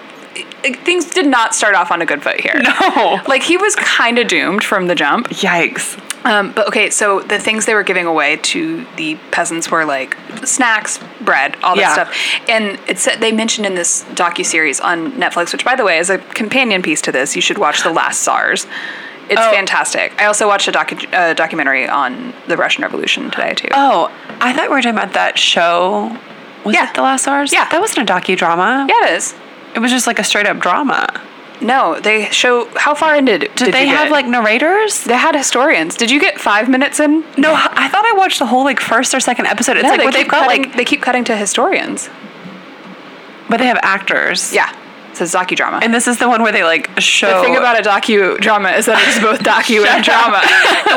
S2: like, things did not start off on a good foot here.
S1: No.
S2: Like, he was kind of doomed from the jump.
S1: Yikes.
S2: Um, but okay, so the things they were giving away to the peasants were like snacks, bread, all that
S1: Yeah.
S2: stuff. And it said they mentioned in this docu series on Netflix, which by the way is a companion piece to this. You should watch The Last SARS. It's
S1: Oh.
S2: fantastic. I also watched a docu- uh, documentary on the Russian Revolution today too.
S1: Oh, I thought we were talking about that show. Was
S2: Yeah.
S1: it The Last Hours?
S2: Yeah.
S1: That wasn't a docudrama.
S2: Yeah, it is.
S1: It was just like a straight up drama.
S2: No, they show how far into did,
S1: Did, they
S2: you
S1: have
S2: get?
S1: like narrators?
S2: they had historians. Did you get five minutes in?
S1: No, h- I thought I watched the whole like first or second episode. It's
S2: No,
S1: like
S2: they
S1: what they've
S2: keep
S1: got
S2: cutting-
S1: like,
S2: they keep cutting to historians.
S1: but they have actors.
S2: Yeah, it's a docudrama.
S1: And this is the one where they like show.
S2: The
S1: *laughs*
S2: thing about a docu drama is that *laughs* it's both docu and *laughs* drama.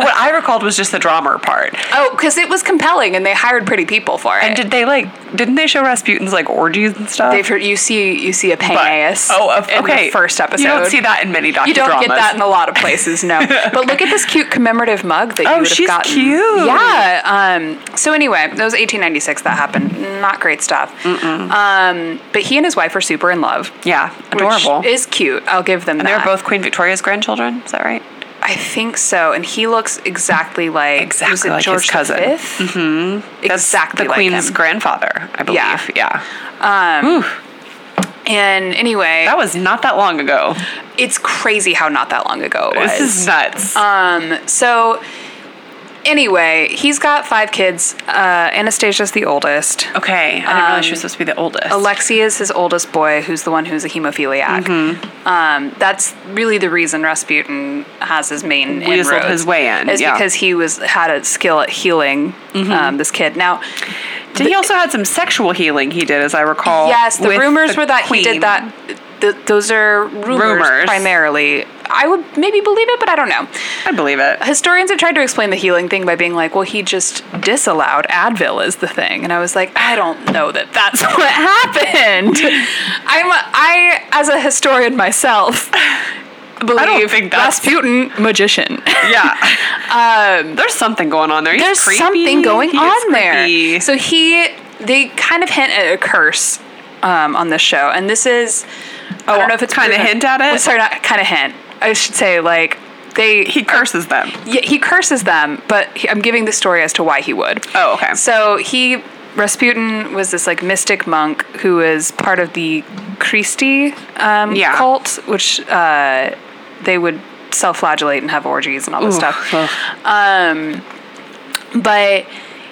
S1: what I recalled was just the drama part.
S2: Oh, because it was compelling, and they hired pretty people for it.
S1: And did they like? Didn't they show Rasputin's like orgies and stuff?
S2: They've heard- you see you see a
S1: But-
S2: Peneus?
S1: oh, of-
S2: in
S1: okay.
S2: The first episode.
S1: You don't see that in many docudramas.
S2: You don't get that in a lot of
S1: *laughs*
S2: places, no. but look at this cute commemorative mug that you
S1: Oh,
S2: would have
S1: she's
S2: gotten.
S1: cute.
S2: Yeah. Um, so anyway, that was 1896 that happened. Not great stuff. Um, but he and his wife are super in love.
S1: yeah,
S2: which
S1: adorable.
S2: is cute. I'll give them
S1: They're
S2: that.
S1: both Queen Victoria's grandchildren. Is that right?
S2: I think so, and he looks exactly like
S1: Exactly
S2: was it
S1: like his
S2: George
S1: cousin.
S2: V? Mm-hmm. Exactly,
S1: the
S2: like
S1: Queen's
S2: him.
S1: grandfather, I believe.
S2: Yeah.
S1: Yeah.
S2: And anyway,
S1: that was not that long ago.
S2: it's crazy how not that long ago it was. Um,
S1: This is nuts.
S2: so. Anyway, he's got five kids. Uh, Anastasia's the oldest.
S1: okay, I didn't realize
S2: um,
S1: she was supposed to be the oldest.
S2: Alexei is his oldest boy, who's the one who's a hemophiliac.
S1: Mm-hmm.
S2: Um, that's really the reason Rasputin has his main
S1: Weaseled
S2: inroads,
S1: his way in,
S2: is
S1: yeah. Mm-hmm.
S2: because he was had a skill at healing um, this kid. Now,
S1: Did he also had some sexual healing he did, as I recall.
S2: Yes, the
S1: with
S2: rumors
S1: the
S2: were that he
S1: queen.
S2: did that. Th- those are rumors,
S1: Rumors.
S2: primarily. I would maybe believe it, but I don't know.
S1: I believe
S2: *laughs*
S1: it.
S2: Historians have tried to explain the healing thing by being like, well, he just disallowed Advil as the thing. And I was like, I don't know that that's *laughs* what happened. I'm, a, I, as a historian myself, believe
S1: think that's-
S2: Rasputin, magician.
S1: Yeah. um, there's something going on there. He's
S2: There's
S1: creepy.
S2: something going
S1: He is
S2: on there.
S1: creepy.
S2: So he, they kind of hint at a curse um, on this show, and this is, I don't know if it's
S1: Oh, kinda
S2: proven-
S1: hint at it?
S2: Well, sorry, not kind of hint. I should say like they
S1: he curses them.
S2: yeah, he curses them, but he, I'm giving the story as to why he would.
S1: Oh, okay.
S2: So he Rasputin was this like mystic monk who was part of the Christi um,
S1: Yeah.
S2: cult, which uh, they would self-flagellate and have orgies and all this stuff Um,
S1: Ugh.
S2: but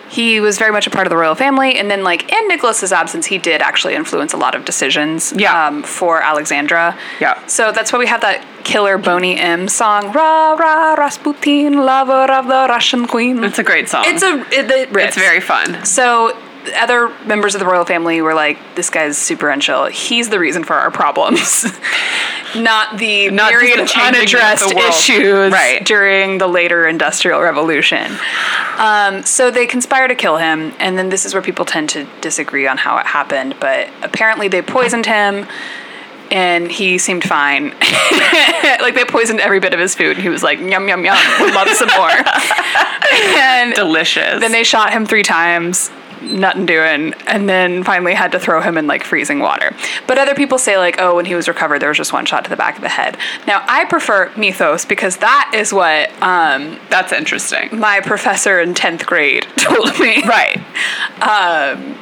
S2: he was very much a part of the royal family and then like in nicholas's absence he did actually influence a lot of decisions um,
S1: Yeah.
S2: for alexandra
S1: Yeah.
S2: so that's why we have that killer boney m song ra ra rasputin lover of the russian queen
S1: It's a great song.
S2: it's a it, it
S1: It's
S2: rips.
S1: very fun.
S2: so other members of the royal family were like this guy's super unchill he's the reason for our problems *laughs* not the
S1: Not just
S2: myriad
S1: the
S2: of
S1: changing of the
S2: unaddressed
S1: world.
S2: issues
S1: Right.
S2: during the later industrial revolution um, so they conspire to kill him and then this is where people tend to disagree on how it happened but apparently they poisoned him and he seemed fine. *laughs* like they poisoned every bit of his food, and he was like, "Yum yum yum, would love some more." *laughs* and
S1: Delicious.
S2: then they shot him three times. nothing doing, and then finally had to throw him in like freezing water. But other people say like, oh, when he was recovered, there was just one shot to the back of the head. Now I prefer mythos because that is what um,
S1: That's interesting.
S2: my professor in tenth grade *laughs* told me. Um,
S1: Right.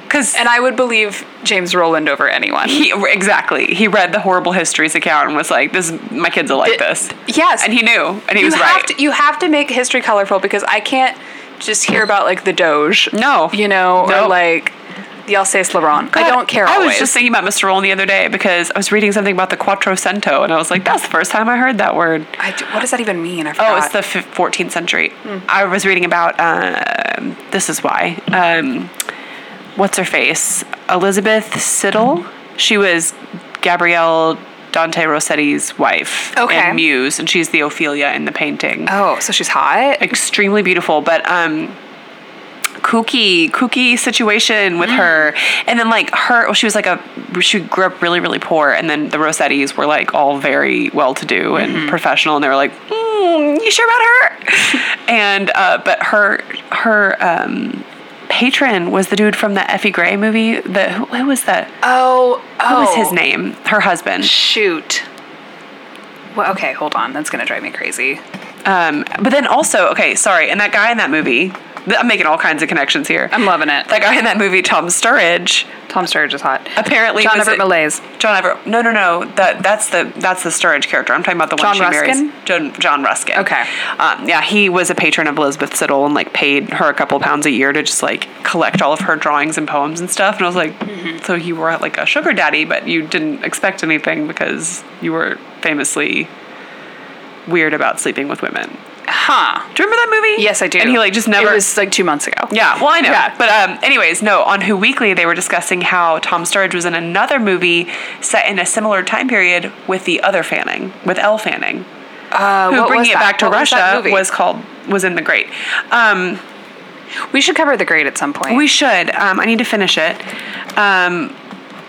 S1: Because
S2: And I would believe James Rowland over anyone.
S1: he exactly he read the horrible histories account and was like, "This my kids will like this,"
S2: yes,
S1: and he knew, and he
S2: you
S1: was
S2: have
S1: right.
S2: to you have to make history colorful because I can't just hear about like the Doge.
S1: No.
S2: you know, or
S1: Nope.
S2: like the Alsace-Lorraine. I don't care.
S1: I
S2: always.
S1: was just thinking about Mr. Roland the other day because I was reading something about the Quattrocento, and I was like, "That's the first time I heard that word."
S2: I d- what does that even mean? I forgot.
S1: Oh, it's the fif- 14th century. I was reading about um, this is why. Um, what's her face? Elizabeth Siddle. She was Gabrielle Dante Rossetti's wife
S2: Okay.
S1: and muse, and she's the Ophelia in the painting.
S2: Oh, so she's hot.
S1: Extremely beautiful, but um, kooky, kooky situation with her. And then like her, well, she was like a she grew up really, really poor, and then the Rossettis were like all very well to do and professional, and they were like, mm, "You sure about her?" and uh, but her her um, patron was the dude from the Effie Gray movie. The who, who was that?
S2: Oh, oh.
S1: What was his name? Her husband.
S2: Shoot. Well, okay, hold on. That's gonna drive me crazy.
S1: Um, but then also, okay, sorry, and that guy in that movie. th- I'm making all kinds of connections here.
S2: I'm loving it.
S1: that guy in that movie, Tom Sturridge,
S2: Tom Sturridge is hot.
S1: apparently
S2: John
S1: was
S2: Everett
S1: a-
S2: Millay's.
S1: John Everett. No, no, no. That that's the that's the Sturridge character. I'm talking about the one
S2: John
S1: she
S2: Ruskin?
S1: marries. John, John Ruskin.
S2: Okay.
S1: Um, yeah, he was a patron of Elizabeth Siddal and like paid her a couple pounds a year to just like collect all of her drawings and poems and stuff. And I was like,
S2: Mm-hmm.
S1: so you were like a sugar daddy, but you didn't expect anything because you were famously weird about sleeping with women.
S2: Huh.
S1: Do you remember that movie?
S2: Yes, I do.
S1: And he like just never
S2: It was like two months ago.
S1: yeah, well, I know.
S2: Yeah.
S1: But um, anyways, no. On Who Weekly, they were discussing how Tom Sturridge was in another movie set in a similar time period with the other Fanning, with Elle Fanning,
S2: Uh,
S1: who
S2: what
S1: bringing
S2: was
S1: it
S2: that?
S1: back to
S2: What was that
S1: Russia
S2: movie?
S1: was called was in the Great. Um,
S2: we should cover the grade at some point.
S1: we should. Um, I need to finish it. Um,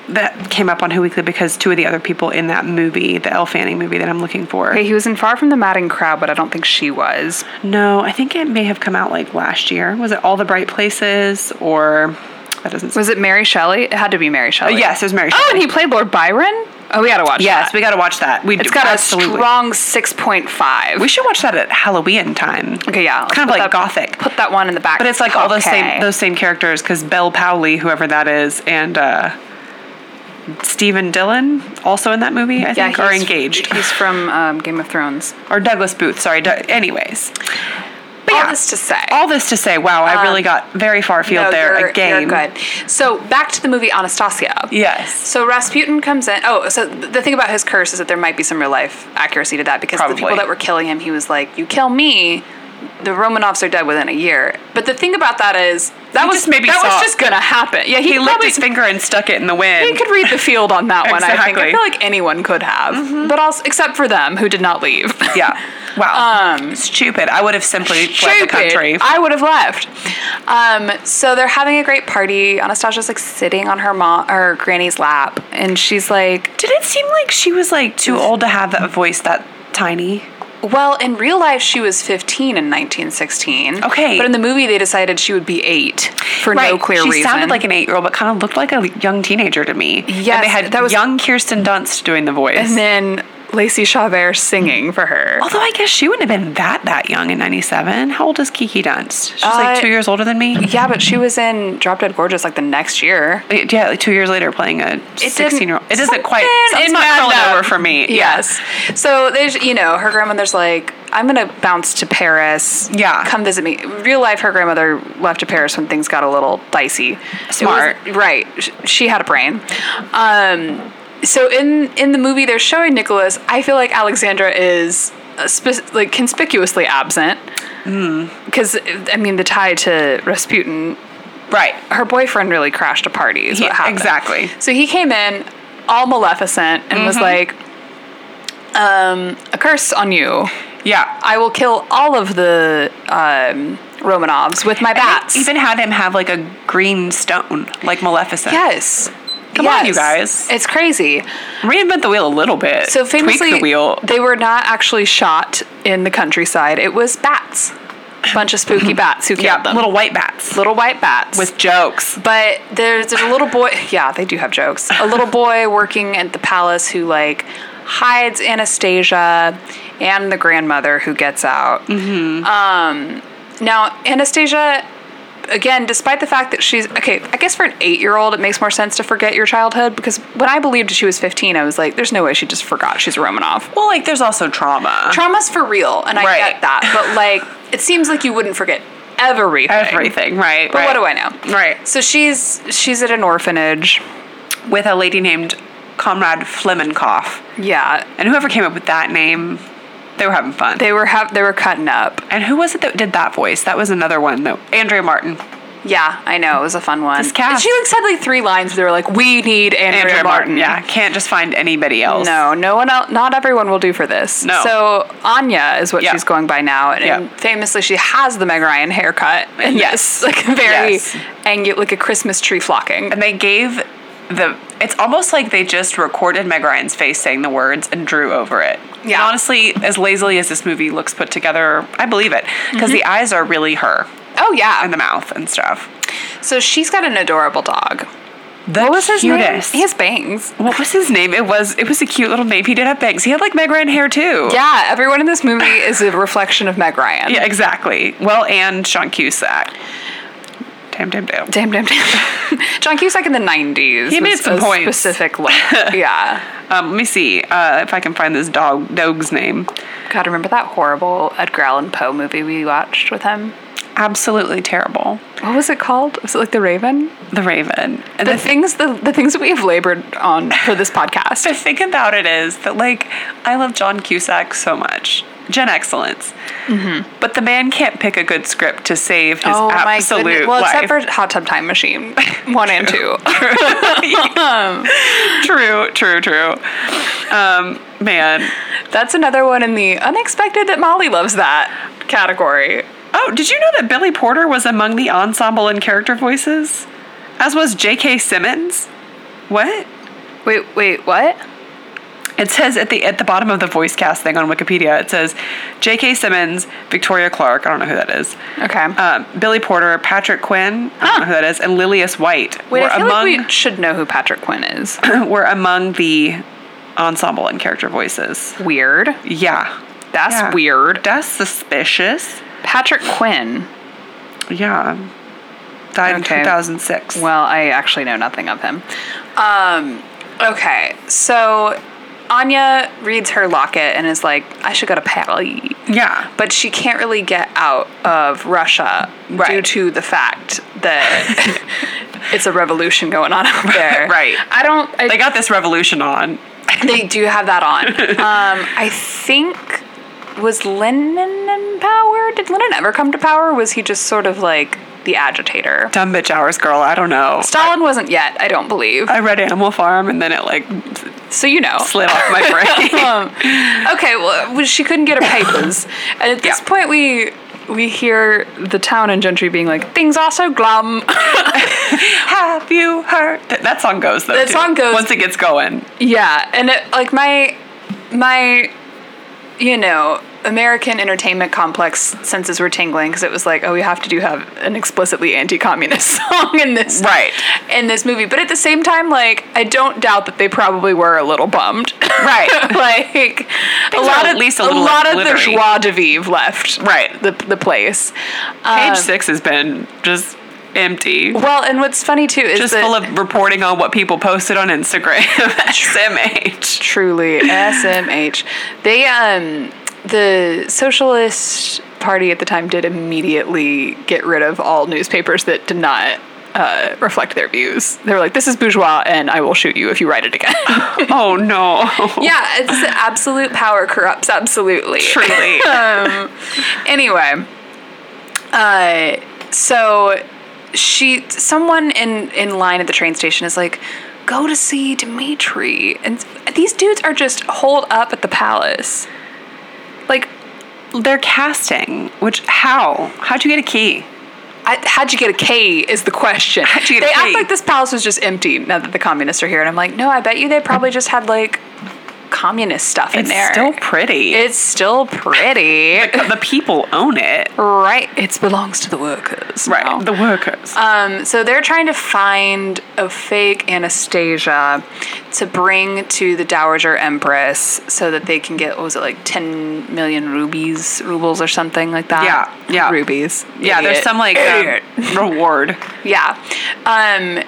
S1: that came up on Who Weekly because two of the other people in that movie, the Elle Fanning movie that I'm looking for.
S2: Okay, he was in Far from the Madding Crowd, but I don't think she was.
S1: No, I think it may have come out like last year. Was it All the Bright Places or that doesn't?
S2: Was it Mary Shelley? It had to be Mary Shelley.
S1: yes, it was Mary
S2: Oh,
S1: Shelley.
S2: and he played Lord Byron. Oh, we gotta watch.
S1: Yes,
S2: that.
S1: we got to watch that. We
S2: it's got a strong six point five.
S1: We should watch that at Halloween time.
S2: Okay, yeah, let's
S1: kind of
S2: put
S1: like
S2: that-
S1: gothic.
S2: Put that one in the back.
S1: But it's like all those
S2: pocket.
S1: same those same characters because Belle Powley, whoever that is, and uh, Stephen Dillon, also in that movie, I think, are
S2: he's-
S1: engaged.
S2: He's from um, Game of Thrones.
S1: Or Douglas Booth. Sorry. Doug anyways,
S2: But all this to say,
S1: all this to say, wow, I really got very far afield
S2: Um, no,
S1: there.
S2: you're-
S1: again.
S2: You're good. So back to the movie Anastasia.
S1: Yes.
S2: So Rasputin comes in. Oh, so th- the thing about his curse is that there might be some real life accuracy to that because the people
S1: Probably.
S2: that were killing him, he was like, "You kill me, the Romanovs are dead within a year." But the thing about that is that
S1: He
S2: was
S1: just maybe
S2: that
S1: saw-
S2: was just gonna happen. Yeah, he,
S1: He licked
S2: probably,
S1: his finger and stuck it in the wind.
S2: He could read the field on that one. I think. I
S1: Exactly. Mm-hmm.
S2: feel like anyone could have, but also except for them who did not leave. *laughs*
S1: yeah. Wow. stupid. I would have simply fled the
S2: Um, Stupid.
S1: country.
S2: I would have left. Um, so they're having a great party. Anastasia's like sitting on her mom, her granny's lap, and she's like,
S1: Did it seem like she was like too old to have that voice that tiny?
S2: "Well, in real life, she was 15 in 1916.
S1: Okay.
S2: but in the movie, they decided she would be eight for no clear
S1: she
S2: reason.
S1: sounded like an eight-year-old, but kind of looked like a young teenager to me. Yeah,
S2: Yes,
S1: and they had
S2: that was-
S1: young Kirsten Dunst doing the voice.
S2: and then Lacey Chabert singing for her.
S1: Although I guess she wouldn't have been that that young in '97. How old is Kiki Dunst? She's
S2: Uh,
S1: like two years older than me.
S2: Yeah, but she was in Drop Dead Gorgeous like the next year.
S1: Yeah, like two years later, playing a
S2: didn't-
S1: sixteen-year-old. It doesn't quite.
S2: something
S1: It's
S2: in
S1: not
S2: that
S1: curling
S2: up.
S1: over for me.
S2: Yes. So there's, you know, her grandmother's like, I'm gonna bounce to Paris.
S1: Yeah.
S2: Come visit me. Real life, her grandmother left to Paris when things got a little dicey. It was-
S1: Smart.
S2: right. Sh- She had a brain. Um, so in in the movie they're showing Nicholas. I feel like Alexandra is uh, spe- like conspicuously absent
S1: Mm.
S2: because I mean the tie to Rasputin
S1: right.
S2: her boyfriend really crashed a party is
S1: He-
S2: what happened.
S1: exactly.
S2: So he came in all maleficent and
S1: Mm-hmm.
S2: was like, um, a curse on you.
S1: Yeah.
S2: I will kill all of the um, Romanovs with my bats.
S1: Even had him have like a green stone, like Maleficent.
S2: yes.
S1: Come on, you guys.
S2: It's crazy.
S1: Reinvent the wheel a little bit.
S2: So famously,
S1: tweak the wheel.
S2: they were not actually shot in the countryside. It was bats. bunch of spooky bats who killed
S1: Mm-hmm. Yeah,
S2: them.
S1: little white bats
S2: little white bats
S1: with jokes.
S2: But there's, there's a little boy. *laughs* Yeah, they do have jokes. A little boy working at the palace who like hides Anastasia and the grandmother who gets out. Mm-hmm. Um, now Anastasia, again, despite the fact that she's okay, I guess for an eight-year-old, it makes more sense to forget your childhood because when I believed she was 15, I was like, "There's no way she just forgot she's a Romanov."
S1: Well, like there's also trauma.
S2: Trauma's for real, and I
S1: Right.
S2: get that, but like, it seems like you wouldn't forget everything.
S1: Everything, right?
S2: But
S1: right.
S2: what do I know?
S1: Right.
S2: So she's she's at an orphanage.
S1: With a lady named Comrade Flemenkoff.
S2: Yeah,
S1: And whoever came up with that name, they were having fun.
S2: they were ha- they were cutting up.
S1: and who was it that did that voice? That was another one, though. Andrea Martin.
S2: Yeah, I know it was a fun one.
S1: This cast.
S2: And She like said like three lines. They were like, "We need Andrea,
S1: Andrea Martin.
S2: Martin."
S1: Yeah. Can't just find anybody else.
S2: No, no one else. Not everyone will do for this.
S1: No.
S2: So Anya is what
S1: Yeah.
S2: she's going by now, and, and
S1: Yeah.
S2: famously she has the Meg Ryan haircut. And
S1: Yes.
S2: yes, like a very
S1: Yes.
S2: angu- like a Christmas tree flocking.
S1: And they gave the. It's almost like they just recorded Meg Ryan's face saying the words and drew over it.
S2: Yeah.
S1: And honestly, as lazily as this movie looks put together, I believe it.
S2: Mm-hmm.
S1: Because the eyes are really her
S2: Oh yeah.
S1: and the mouth and stuff.
S2: so she's got an adorable dog.
S1: The
S2: What was his
S1: cutest.
S2: name? He has bangs.
S1: what was his name? It was it was a cute little name. He did have bangs. He had like Meg Ryan hair too.
S2: Yeah, everyone in this movie is a reflection of Meg Ryan.
S1: Yeah, exactly. Well, and Sean Cusack. Damn, damn, damn.
S2: *laughs* Damn, damn, damn. John Cusack in the 90s.
S1: He made
S2: was
S1: some
S2: a
S1: points. *laughs*
S2: Specific look. yeah.
S1: Um, let me see uh, if I can find this dog dog's name.
S2: God, remember that horrible Edgar Allan Poe movie we watched with him?
S1: Absolutely terrible.
S2: What was it called? Was it like The Raven?
S1: The Raven. And
S2: The,
S1: the,
S2: things the, the things that we've labored on for this
S1: *laughs* the
S2: podcast.
S1: thing about it is that like I love John Cusack so much. Gen excellence.
S2: Mm-hmm.
S1: But the man can't pick a good script to save his absolute
S2: Oh Well,
S1: life.
S2: except for Hot Tub
S1: *laughs*
S2: Time Machine 1 and 2.
S1: true, true, true. Um, man.
S2: That's another one in the unexpected that Molly loves that category.
S1: Oh, did you know that Billy Porter was among the ensemble and character voices? As was J.K. Simmons? What?
S2: Wait, wait, what?
S1: It says at the at the bottom of the voice cast thing on Wikipedia, it says J.K. Simmons, Victoria Clark, I don't know who that is,
S2: Okay.
S1: um, Billy Porter, Patrick Quinn, I don't know who that is, and Lilius White
S2: wait,
S1: were
S2: I feel
S1: among
S2: like we should know who Patrick Quinn is.
S1: *clears throat* were among the ensemble and character voices.
S2: Weird.
S1: Yeah.
S2: That's
S1: Yeah.
S2: weird.
S1: That's suspicious.
S2: Patrick Quinn.
S1: Yeah. Died
S2: Okay.
S1: in 2006.
S2: Well, I actually know nothing of him. Um, okay, so Anya reads her locket and is like, I should go to Paris.
S1: yeah.
S2: But she can't really get out of Russia due
S1: Right.
S2: to the fact
S1: *laughs*
S2: that it's a revolution going on over there.
S1: Right.
S2: I don't. I,
S1: They got this revolution on.
S2: *laughs* they do have
S1: *laughs*
S2: that on. Um, I think was Lennon in power? Did Lennon ever come to power? Was he just sort of like the agitator?
S1: Dumb bitch hours, girl. I don't know.
S2: Stalin wasn't yet, I don't believe.
S1: I read Animal Farm and then it like
S2: So you know.
S1: slid off *laughs* my brain.
S2: *laughs* Um, okay, well, we- she couldn't get her papers, and at this
S1: Yeah.
S2: point, we we hear the town and gentry being like, "Things are so glum." *laughs*
S1: Have you heard? Th- that song goes though.
S2: That
S1: too.
S2: song goes-
S1: once it gets going.
S2: yeah, and it, like my my, you know. American entertainment complex senses were tingling because it was like, oh, we have to do have an explicitly anti-communist *laughs* song in this
S1: Right.
S2: in this movie. But at the same time, like, I don't doubt that they probably were a little bummed. *laughs*
S1: Right.
S2: like a
S1: are
S2: lot
S1: at
S2: of
S1: least a
S2: a,
S1: little
S2: lot of the
S1: glittery.
S2: joie de vivre left
S1: Right.
S2: the the place.
S1: Page
S2: Um,
S1: six has been just empty.
S2: Well, and what's funny too is
S1: Just
S2: that
S1: full of reporting on what people posted on
S2: *laughs*
S1: Instagram. *laughs* SMH.
S2: truly SMH. They um the socialist party at the time did immediately get rid of all newspapers that did not uh, reflect their views. They were like, "This is bourgeois, and I will shoot you if you write it
S1: *laughs*
S2: again."
S1: Oh no.
S2: *laughs* yeah, it's absolute power corrupts absolutely. *laughs*
S1: Truly.
S2: um, anyway, uh, so she, someone in in line at the train station is like, "Go to see Dimitri," and these dudes are just holed up at the palace. Like,
S1: They're casting. Which how? How'd you get a key?
S2: I, how'd you get a K is the question.
S1: How'd you get a
S2: they act
S1: key?
S2: like this palace was just empty now that the communists are here, and I'm like, no, I bet you they probably just had like communist stuff in
S1: It's
S2: there.
S1: still pretty.
S2: it's still pretty.
S1: *laughs* the people own it.
S2: right. It belongs to the workers.
S1: Right.
S2: now.
S1: The workers.
S2: Um, so they're trying to find a fake Anastasia to bring to the Dowager Empress so that they can get, what was it, like 10 million rubies, rubles or something like that?
S1: Yeah, yeah.
S2: Rubies.
S1: yeah, there's
S2: Idiot.
S1: some like
S2: Idiot.
S1: um, *laughs* reward.
S2: *clears throat* Yeah. Um,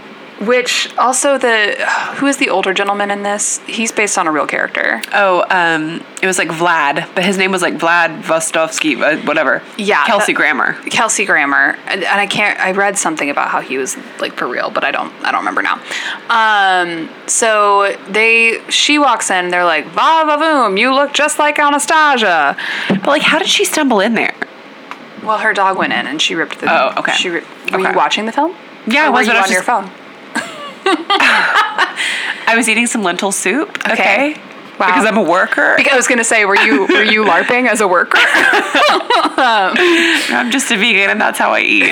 S2: which also the, who is the older gentleman in this? He's based on a real character.
S1: Oh, um, it was like Vlad, but his name was like Vlad Vostovsky, uh, whatever.
S2: Yeah,
S1: Kelsey
S2: that-
S1: Grammer.
S2: Kelsey Grammer, and, and I can't. I read something about how he was like for real, but I don't. I don't remember now. Um, so they, she walks in. They're like, "Va va voom! You look just like Anastasia."
S1: But like, how did she stumble in there?
S2: Well, her dog went in, and she ripped the.
S1: Oh, okay.
S2: She ri- were
S1: Okay.
S2: you watching the film?
S1: Yeah, I
S2: Or
S1: was, but
S2: Were you
S1: I
S2: on
S1: was
S2: your
S1: just-
S2: phone?
S1: I was eating some lentil soup.
S2: Okay.
S1: Okay.
S2: Wow.
S1: *laughs* Because I'm a worker.
S2: *laughs* I was gonna say, were you were you larping as a worker?
S1: I'm just a vegan, and that's how I *laughs* eat.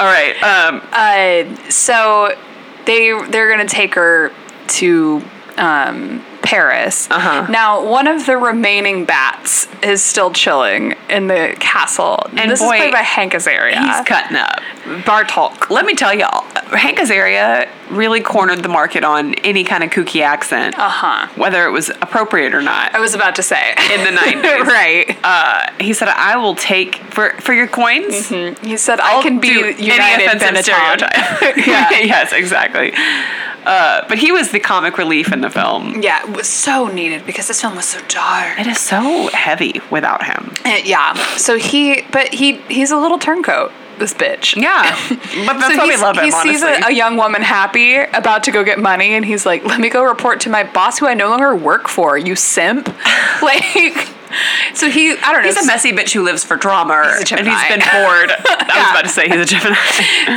S1: All right. Um,
S2: Uh, so they they're gonna take her to um, Paris.
S1: Uh-huh.
S2: Now one of the remaining bats is still chilling in the castle.
S1: And
S2: this
S1: boy,
S2: is played by Hank Azaria.
S1: He's cutting up.
S2: Bartok.
S1: uh, Let me tell y'all, Hank Azaria really cornered the market on any kind of kooky accent,
S2: Uh huh.
S1: whether it was appropriate or not.
S2: I was about to say Um,
S1: In *laughs* the 90s.
S2: *laughs* right?
S1: Uh, he said, "I will take for for your coins."
S2: he said, "I can be
S1: do
S2: United Benetton."
S1: *laughs* yeah.
S2: *laughs* yeah.
S1: yes, exactly. Uh, but he was the comic relief in the film.
S2: Yeah, it was so needed because this film was so dark.
S1: It is so heavy without him.
S2: Uh, *laughs* yeah. So he, but he, he's a little turncoat. This bitch.
S1: *laughs* Yeah, but that's
S2: so
S1: why we
S2: he's-
S1: love him.
S2: He sees
S1: honestly.
S2: a, a young woman happy, about to go get money, and he's like, "Let me go report to my boss, who I no longer work for.
S1: *laughs*
S2: You simp!" like, so he, I don't know.
S1: He's a messy bitch who lives for drama,
S2: He's a
S1: and he's
S2: Gemini.
S1: been *laughs* bored. I was about to say he's a Gemini.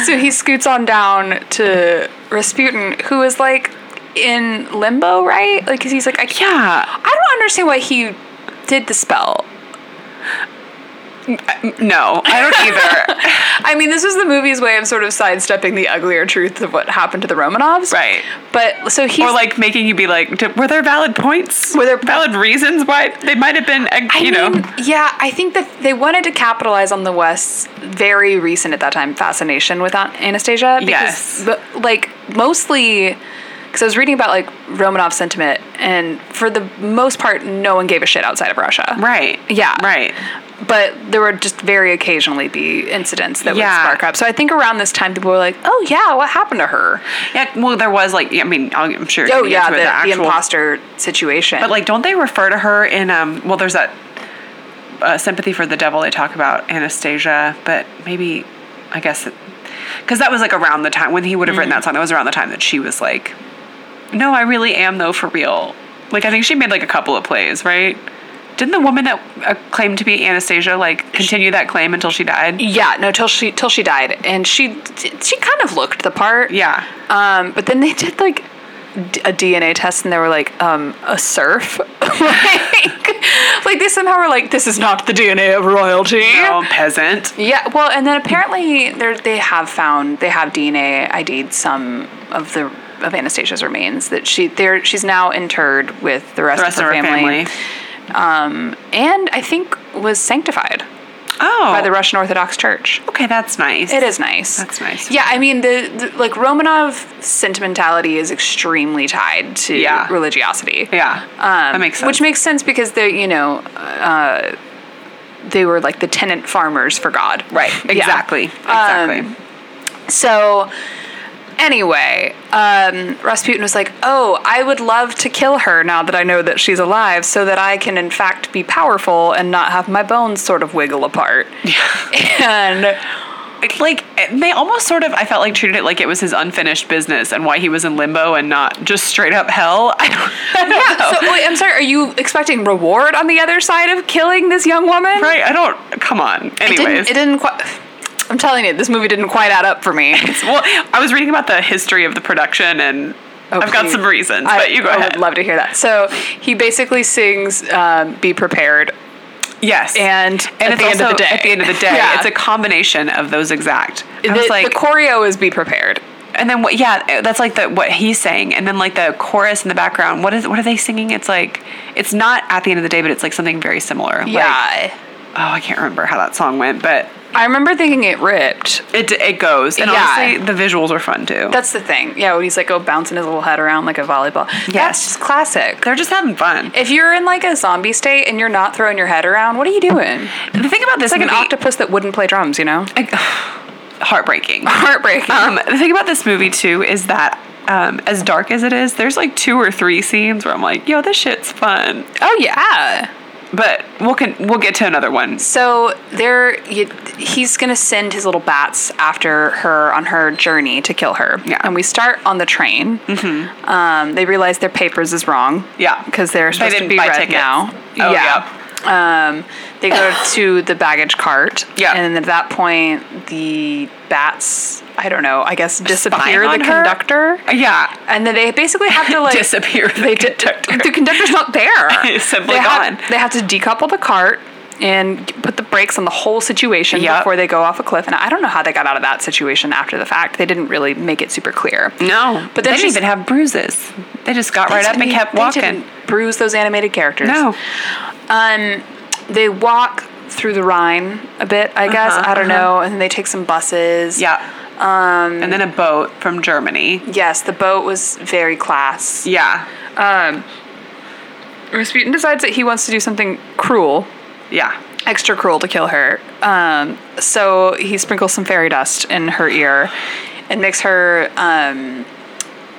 S2: So he scoots on down to Rasputin, who is like in limbo, right? Like, 'cause he's like, I can't.
S1: *laughs* yeah,
S2: I don't understand why he did the spell.
S1: no, I don't *laughs* either.
S2: I mean, this was the movie's way of sort of sidestepping the uglier truth of what happened to the Romanovs,
S1: Right.
S2: But so he's
S1: or like making you be like, "D- were there valid points?
S2: Were there-
S1: valid reasons why they might have been? uh,
S2: I
S1: You know,
S2: mean, yeah, I think that they wanted to capitalize on the West's very recent at that time fascination with An- Anastasia.
S1: Yes.
S2: Because, the- like, mostly, because I was reading about, like, Romanov sentiment, and for the most part, no one gave a shit outside of Russia.
S1: right?
S2: Yeah.
S1: right.
S2: But there would just very occasionally be incidents that
S1: Yeah.
S2: would spark up. So I think around this time, people were like, oh, yeah, what happened to her?
S1: Yeah, well, there was like, I mean, I'll- I'm sure.
S2: Oh,
S1: we'll get
S2: yeah,
S1: to
S2: the,
S1: it,
S2: the, imposter situation.
S1: But like, don't they refer to her in? Um, well, there's that uh, sympathy for the devil they talk about Anastasia, but maybe I guess because that was like around the time when he would have
S2: Mm.
S1: written that song. That was around the time that she was like, "No, I really am though for real." Like, I think she made like a couple of plays, right? Didn't the woman that uh, claimed to be Anastasia like continue that claim until she died?
S2: yeah, no, till she till she died, and she she kind of looked the part.
S1: Yeah.
S2: Um, but then they did like d- a DNA test, and they were like, um, a serf. *laughs* like, like they somehow were like, this is not the DNA of royalty.
S1: Oh, peasant.
S2: Yeah. Well, and then apparently they they have found they have DNA ID'd some of the of Anastasia's remains that she there she's now interred with the rest,
S1: The rest
S2: of her family. Um, and I think was sanctified
S1: Oh,
S2: by the Russian Orthodox Church.
S1: okay, that's nice.
S2: It is nice.
S1: That's nice.
S2: Yeah, I mean the, the like Romanov sentimentality is extremely tied to
S1: Yeah.
S2: religiosity.
S1: Yeah, that makes sense.
S2: Which makes sense because they, you know, uh, they were like the tenant farmers for God.
S1: Right.
S2: Yeah.
S1: Exactly. Exactly.
S2: So anyway, um, Rasputin was like, "Oh, I would love to kill her now that I know that she's alive, so that I can in fact be powerful and not have my bones sort of wiggle apart." *laughs* and
S1: It- like it- they almost sort of I felt like treated it like it was his unfinished business and why he was in limbo and not just straight up hell. *laughs* I don't, I don't *laughs* know.
S2: So wait, I'm sorry. Are you expecting reward on the other side of killing this young woman?
S1: right? I don't. Come on.
S2: It
S1: Anyways.
S2: didn't. It didn't quite. I'm telling you, this movie didn't quite add up for me.
S1: well, I was reading about the history of the production and
S2: Oh,
S1: I've got
S2: please.
S1: some reasons,
S2: I-
S1: but you go
S2: I
S1: ahead.
S2: would love to hear that. So he basically sings um, "Be Prepared,"
S1: yes.
S2: and,
S1: and
S2: at the end of the day,
S1: *laughs* at the end of the day,
S2: Yeah.
S1: it's a combination of those exact. I
S2: the,
S1: was like,
S2: the choreo is "Be Prepared."
S1: and then what? Yeah, that's like the what he's saying, and then like the chorus in the background. What is? What are they singing? It's like it's not at the end of the day, but it's like something very similar. Like,
S2: yeah.
S1: oh, I can't remember how that song went, but
S2: I remember thinking it ripped.
S1: it it goes, and
S2: Yeah.
S1: honestly, the visuals are fun too.
S2: That's the thing. Yeah, when he's like, oh, bouncing his little head around like a volleyball. That's
S1: Yes.
S2: just classic.
S1: They're just having fun.
S2: If you're in like a zombie state and you're not throwing your head around, what are you doing?
S1: The thing about this
S2: It's like an
S1: movie-
S2: octopus that wouldn't play drums, you know?
S1: *laughs* *sighs* heartbreaking.
S2: Heartbreaking.
S1: Um, the thing about this movie too is that um, as dark as it is, there's like two or three scenes where I'm like, "Yo, this shit's fun,"
S2: oh, yeah.
S1: but we'll can we'll get to another one.
S2: So there, you, he's gonna send his little bats after her on her journey to kill her.
S1: Yeah.
S2: and we start on the train. Mm-hmm. Um, they realize their papers is wrong.
S1: Yeah.
S2: because they're supposed
S1: didn't
S2: to be
S1: buy
S2: red
S1: tickets.
S2: now.
S1: Oh,
S2: Um,
S1: *sighs*
S2: they go to the baggage cart.
S1: Yeah.
S2: and at that point, the bats. I don't know. I guess disappear
S1: on
S2: the
S1: her?
S2: conductor,
S1: Yeah,
S2: and then they basically have to like
S1: *laughs* disappear. The
S2: they did.
S1: conductor.
S2: The conductor's
S1: *laughs*
S2: not there.
S1: He's simply
S2: they
S1: gone.
S2: Have, they have to decouple the cart and g- put the brakes on the whole situation
S1: Yep.
S2: before they go off a cliff. And I don't know how they got out of that situation after the fact. They didn't really make it super clear.
S1: no, but
S2: But
S1: they
S2: then
S1: didn't
S2: she's-
S1: even have bruises. They just got right up and kept
S2: They
S1: walking.
S2: didn't bruise those animated characters.
S1: No,
S2: Um, they walk through the Rhine a bit, I guess.
S1: Uh-huh,
S2: I don't
S1: uh-huh.
S2: know. And then they take some buses.
S1: yeah, um, and then a boat from Germany.
S2: Yes, the boat was very class.
S1: Yeah,
S2: Rasputin decides that he wants to do something cruel
S1: yeah.
S2: extra cruel to kill her. Um, so he sprinkles some fairy dust in her ear and makes her um,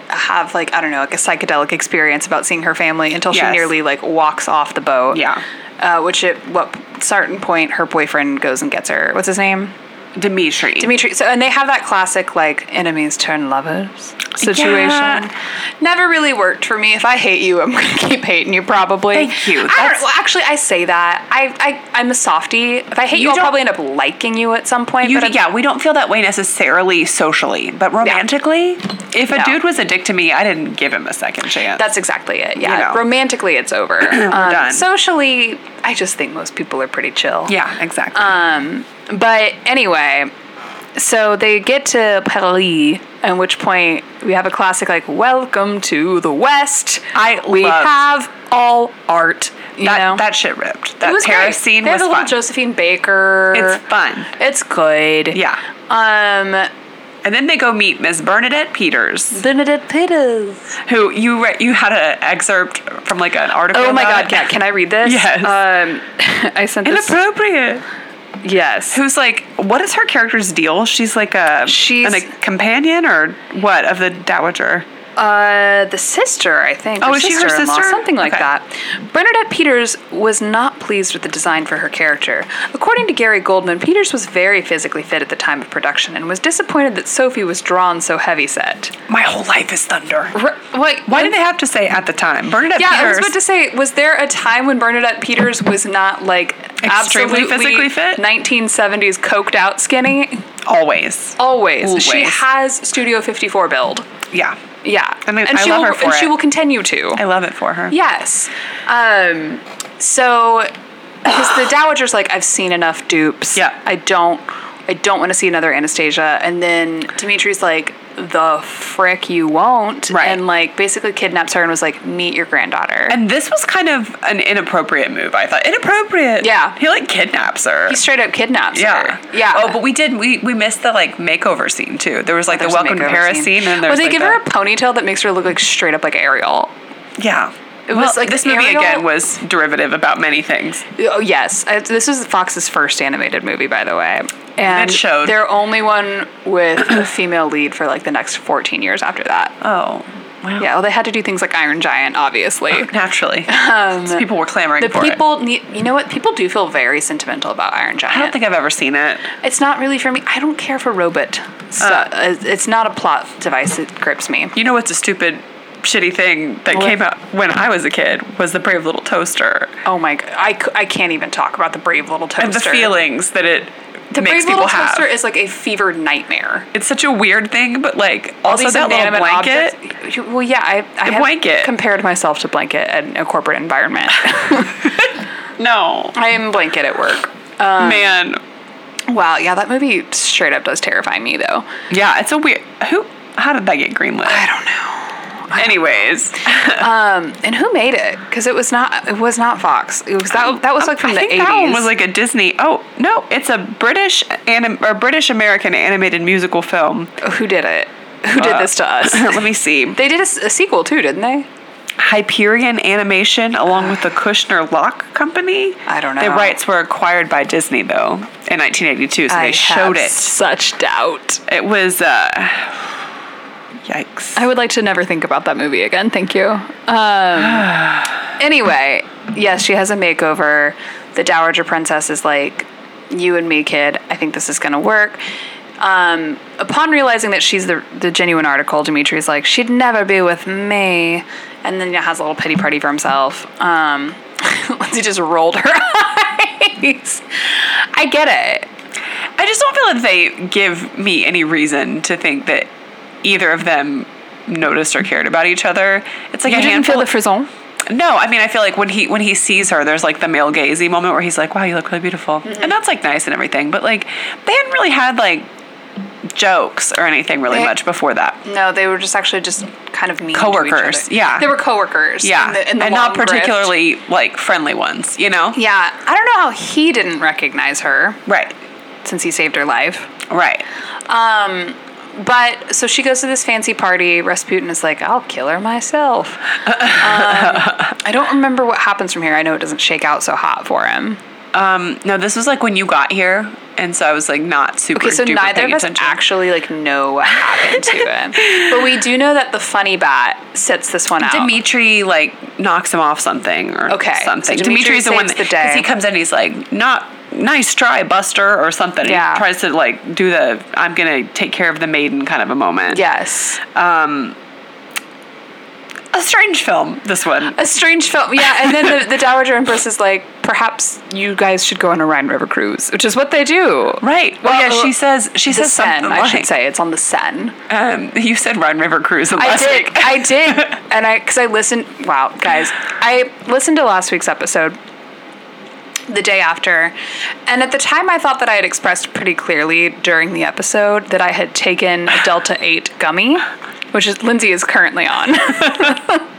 S2: have like I don't know like a psychedelic experience about seeing her family until
S1: Yes.
S2: she nearly like walks off the boat.
S1: Yeah.
S2: Uh, which at what certain point her boyfriend goes and gets her. What's his name?
S1: Dimitri.
S2: Dimitri. So and they have that classic like enemies turn lovers situation.
S1: Yeah.
S2: Never really worked for me. If I hate you, I'm gonna *laughs* keep hating you probably.
S1: Thank you.
S2: I don't,
S1: That's-
S2: well, actually, I say that. I, I I'm a softie. If I hate you,
S1: You
S2: I'll
S1: don't-
S2: probably end up liking you at some point.
S1: You,
S2: but I'm-
S1: yeah, we don't feel that way necessarily socially, but romantically, if a
S2: No.
S1: dude was a dick to me, I didn't give him a second chance.
S2: That's exactly it. Yeah.
S1: know.
S2: Romantically,
S1: *clears throat*
S2: it's over. We're
S1: done.
S2: Socially, I just think most people are pretty chill.
S1: yeah, exactly.
S2: Um, But anyway, so they get to Paris, at which point we have a classic like "Welcome to the West." I we
S1: loved-
S2: have all art. You
S1: that,
S2: know
S1: that shit ripped.
S2: It
S1: That
S2: was
S1: Paris
S2: great.
S1: scene
S2: They had
S1: was
S2: the
S1: fun.
S2: little Josephine Baker.
S1: it's fun.
S2: It's good.
S1: Yeah.
S2: Um,
S1: And then they go meet Miss Bernadette Peters,
S2: Benedict Peters.
S1: who you re- you had an excerpt from like an article.
S2: Oh my
S1: about.
S2: God! Kat, can I read this?
S1: uh, *laughs* Yes.
S2: Um, *laughs* I sent this.
S1: Inappropriate.
S2: yes.
S1: Who's like, what is her character's deal? She's like a
S2: She's-
S1: an- a companion or what of the dowager?
S2: Uh, the sister, I think.
S1: Oh,
S2: or
S1: is she her
S2: sister-in-law,
S1: sister?
S2: Something like
S1: Okay.
S2: that. Bernadette Peters was not pleased with the design for her character. According to Gary Goldman, Peters was very physically fit at the time of production and was disappointed that Sophie was drawn so heavyset.
S1: My whole life is thunder.
S2: R- wait,
S1: Why did they have to say at the time? Bernadette
S2: Yeah, I was
S1: Peters.
S2: about to say, was there a time when Bernadette Peters was not like
S1: Extremely physically
S2: absolutely
S1: fit?
S2: 1970s coked out skinny?
S1: always.
S2: Always. She
S1: Always.
S2: has Studio 54 build.
S1: Yeah.
S2: Yeah.
S1: And I- I
S2: she
S1: love
S2: will,
S1: her for
S2: and she
S1: it.
S2: will continue to.
S1: I love it for her.
S2: Yes. Um, so, because the dowager's like, I've seen enough dupes.
S1: Yeah.
S2: I don't, I don't want to see another Anastasia. And then Dimitri's like, the frick you won't.
S1: Right.
S2: And like, basically kidnaps her and was like, meet your granddaughter. And
S1: And this was kind of an inappropriate move, I thought. Inappropriate.
S2: Yeah.
S1: He like kidnaps her.
S2: he straight up kidnaps
S1: yeah.
S2: her. Yeah.
S1: Oh, but we did we we missed the like makeover scene too. There was like the
S2: Oh, There's a
S1: welcome to
S2: makeover
S1: Paris scene, and there's
S2: Well, they
S1: like
S2: give
S1: the,
S2: her a ponytail that makes her look like straight up like Ariel.
S1: Yeah. It
S2: was, like,
S1: this
S2: the
S1: movie
S2: aerial-
S1: again was derivative about many things.
S2: Oh yes, Uh, this is Fox's first animated movie, by the way, and
S1: It showed.
S2: their only one with a female lead for like the next fourteen years after that.
S1: Oh. Wow.
S2: Yeah, well, they had to do things like Iron Giant, obviously. *laughs*
S1: Naturally. So people were clamoring
S2: Um, The
S1: for it.
S2: people need, you know what? People do feel very sentimental about Iron Giant.
S1: I don't think I've ever seen it.
S2: it's not really for me. I don't care for Robot. So, uh, it's not a plot device that grips me.
S1: You know what's a stupid shitty thing that
S2: What?
S1: came out when I was a kid was the brave little toaster.
S2: Oh my! g- I, c- I can't even talk about the Brave Little Toaster.
S1: And the feelings that it
S2: The
S1: makes
S2: Brave Little
S1: people have.
S2: Toaster is like a fevered nightmare.
S1: it's such a weird thing, but like
S2: all
S1: also
S2: these
S1: that little
S2: inanimate
S1: blanket.
S2: objects. You- Well, yeah, I, I
S1: The
S2: have
S1: blanket.
S2: compared myself to blanket in a corporate *laughs* environment.
S1: No,
S2: I am blanket at work.
S1: man.
S2: Wow, yeah, that movie straight up does terrify me though.
S1: Yeah, it's a weird. Who? How did that get greenlit?
S2: I don't know.
S1: Anyways,
S2: And who made it? Because it was not. It was not Fox. It was that. That was like from
S1: I
S2: the
S1: think
S2: eighties.
S1: that one was like a Disney. Oh no, it's a British anim, or British American animated musical film. *laughs*
S2: who did it? Who did this to *laughs* us?
S1: Let me see.
S2: they did a, s- a sequel too, didn't they?
S1: Hyperion Animation, along with the Kushner Lock Company.
S2: I don't
S1: The
S2: know.
S1: rights were acquired by Disney though in 1982, so
S2: I
S1: they showed
S2: have
S1: it.
S2: Such doubt.
S1: It was. uh Yikes.
S2: I would like to never think about that movie again. Thank you. Um, anyway, yes, she has a makeover. The Dowager Princess is like, "You and me, kid. I think this is gonna work." Um, upon realizing that she's the the genuine article, Dimitri's like, "She'd never be with me," and then you know, has a little pity party for himself. Um, *laughs* Lindsay just rolled her *laughs* eyes. I get it.
S1: I just don't feel that they give me any reason to think that either of them noticed or cared about each other. It's like
S2: You
S1: a
S2: didn't
S1: handful.
S2: feel the frisson.
S1: no, I mean I feel like when he when he sees her, there's like the male gazy moment where he's like, "Wow, you look really beautiful,"
S2: Mm-hmm.
S1: and that's like nice and everything. But like they hadn't really had like jokes or anything really
S2: They-
S1: much before that.
S2: No, they were Eh, just actually just kind of mean To
S1: Coworkers,
S2: each other.
S1: yeah.
S2: they were coworkers.
S1: Yeah,
S2: in the- in the
S1: and not
S2: long grift.
S1: particularly like friendly ones, you know?
S2: Yeah, I don't know how he didn't recognize her
S1: Right,
S2: since he saved her life.
S1: right.
S2: But so she goes to this fancy party. Rasputin is like, "I'll kill her myself." um, I don't remember what happens from here. I know it doesn't shake out so hot for him.
S1: No, this was like when you got here, and so I was like not super.
S2: Okay, so
S1: duper
S2: neither
S1: paying
S2: of us
S1: attention.
S2: actually like know what happened to him, but we do know that the funny bat sets this one out.
S1: Dimitri like knocks him off something or
S2: Okay, so
S1: something.
S2: Dimitri
S1: Dimitri's the one
S2: saves
S1: that
S2: the day.
S1: because he comes in, and he's like, "Not nice try, Buster," or something. and
S2: Yeah.
S1: he tries to like do the "I'm gonna take care of the maiden" kind of a moment.
S2: yes,
S1: a strange film. This one.
S2: a strange film. Yeah, and then the, the Dowager Empress is like, perhaps you guys should go on a Rhine River cruise, which is what they do.
S1: Right. Well, yeah.
S2: Well, uh,
S1: She says. She
S2: The
S1: says
S2: Seine,
S1: something.
S2: I
S1: like,
S2: should say. It's on the Seine.
S1: Um, you said Rhine River Cruise.
S2: I
S1: Last
S2: did.
S1: Week.
S2: I *laughs* did. And I, because I listened, wow, guys, I listened to last week's episode the day after. And at the time, I thought that I had expressed pretty clearly during the episode that I had taken a Delta *laughs* 8 gummy, which is Lindsay is currently on. *laughs* Lindsay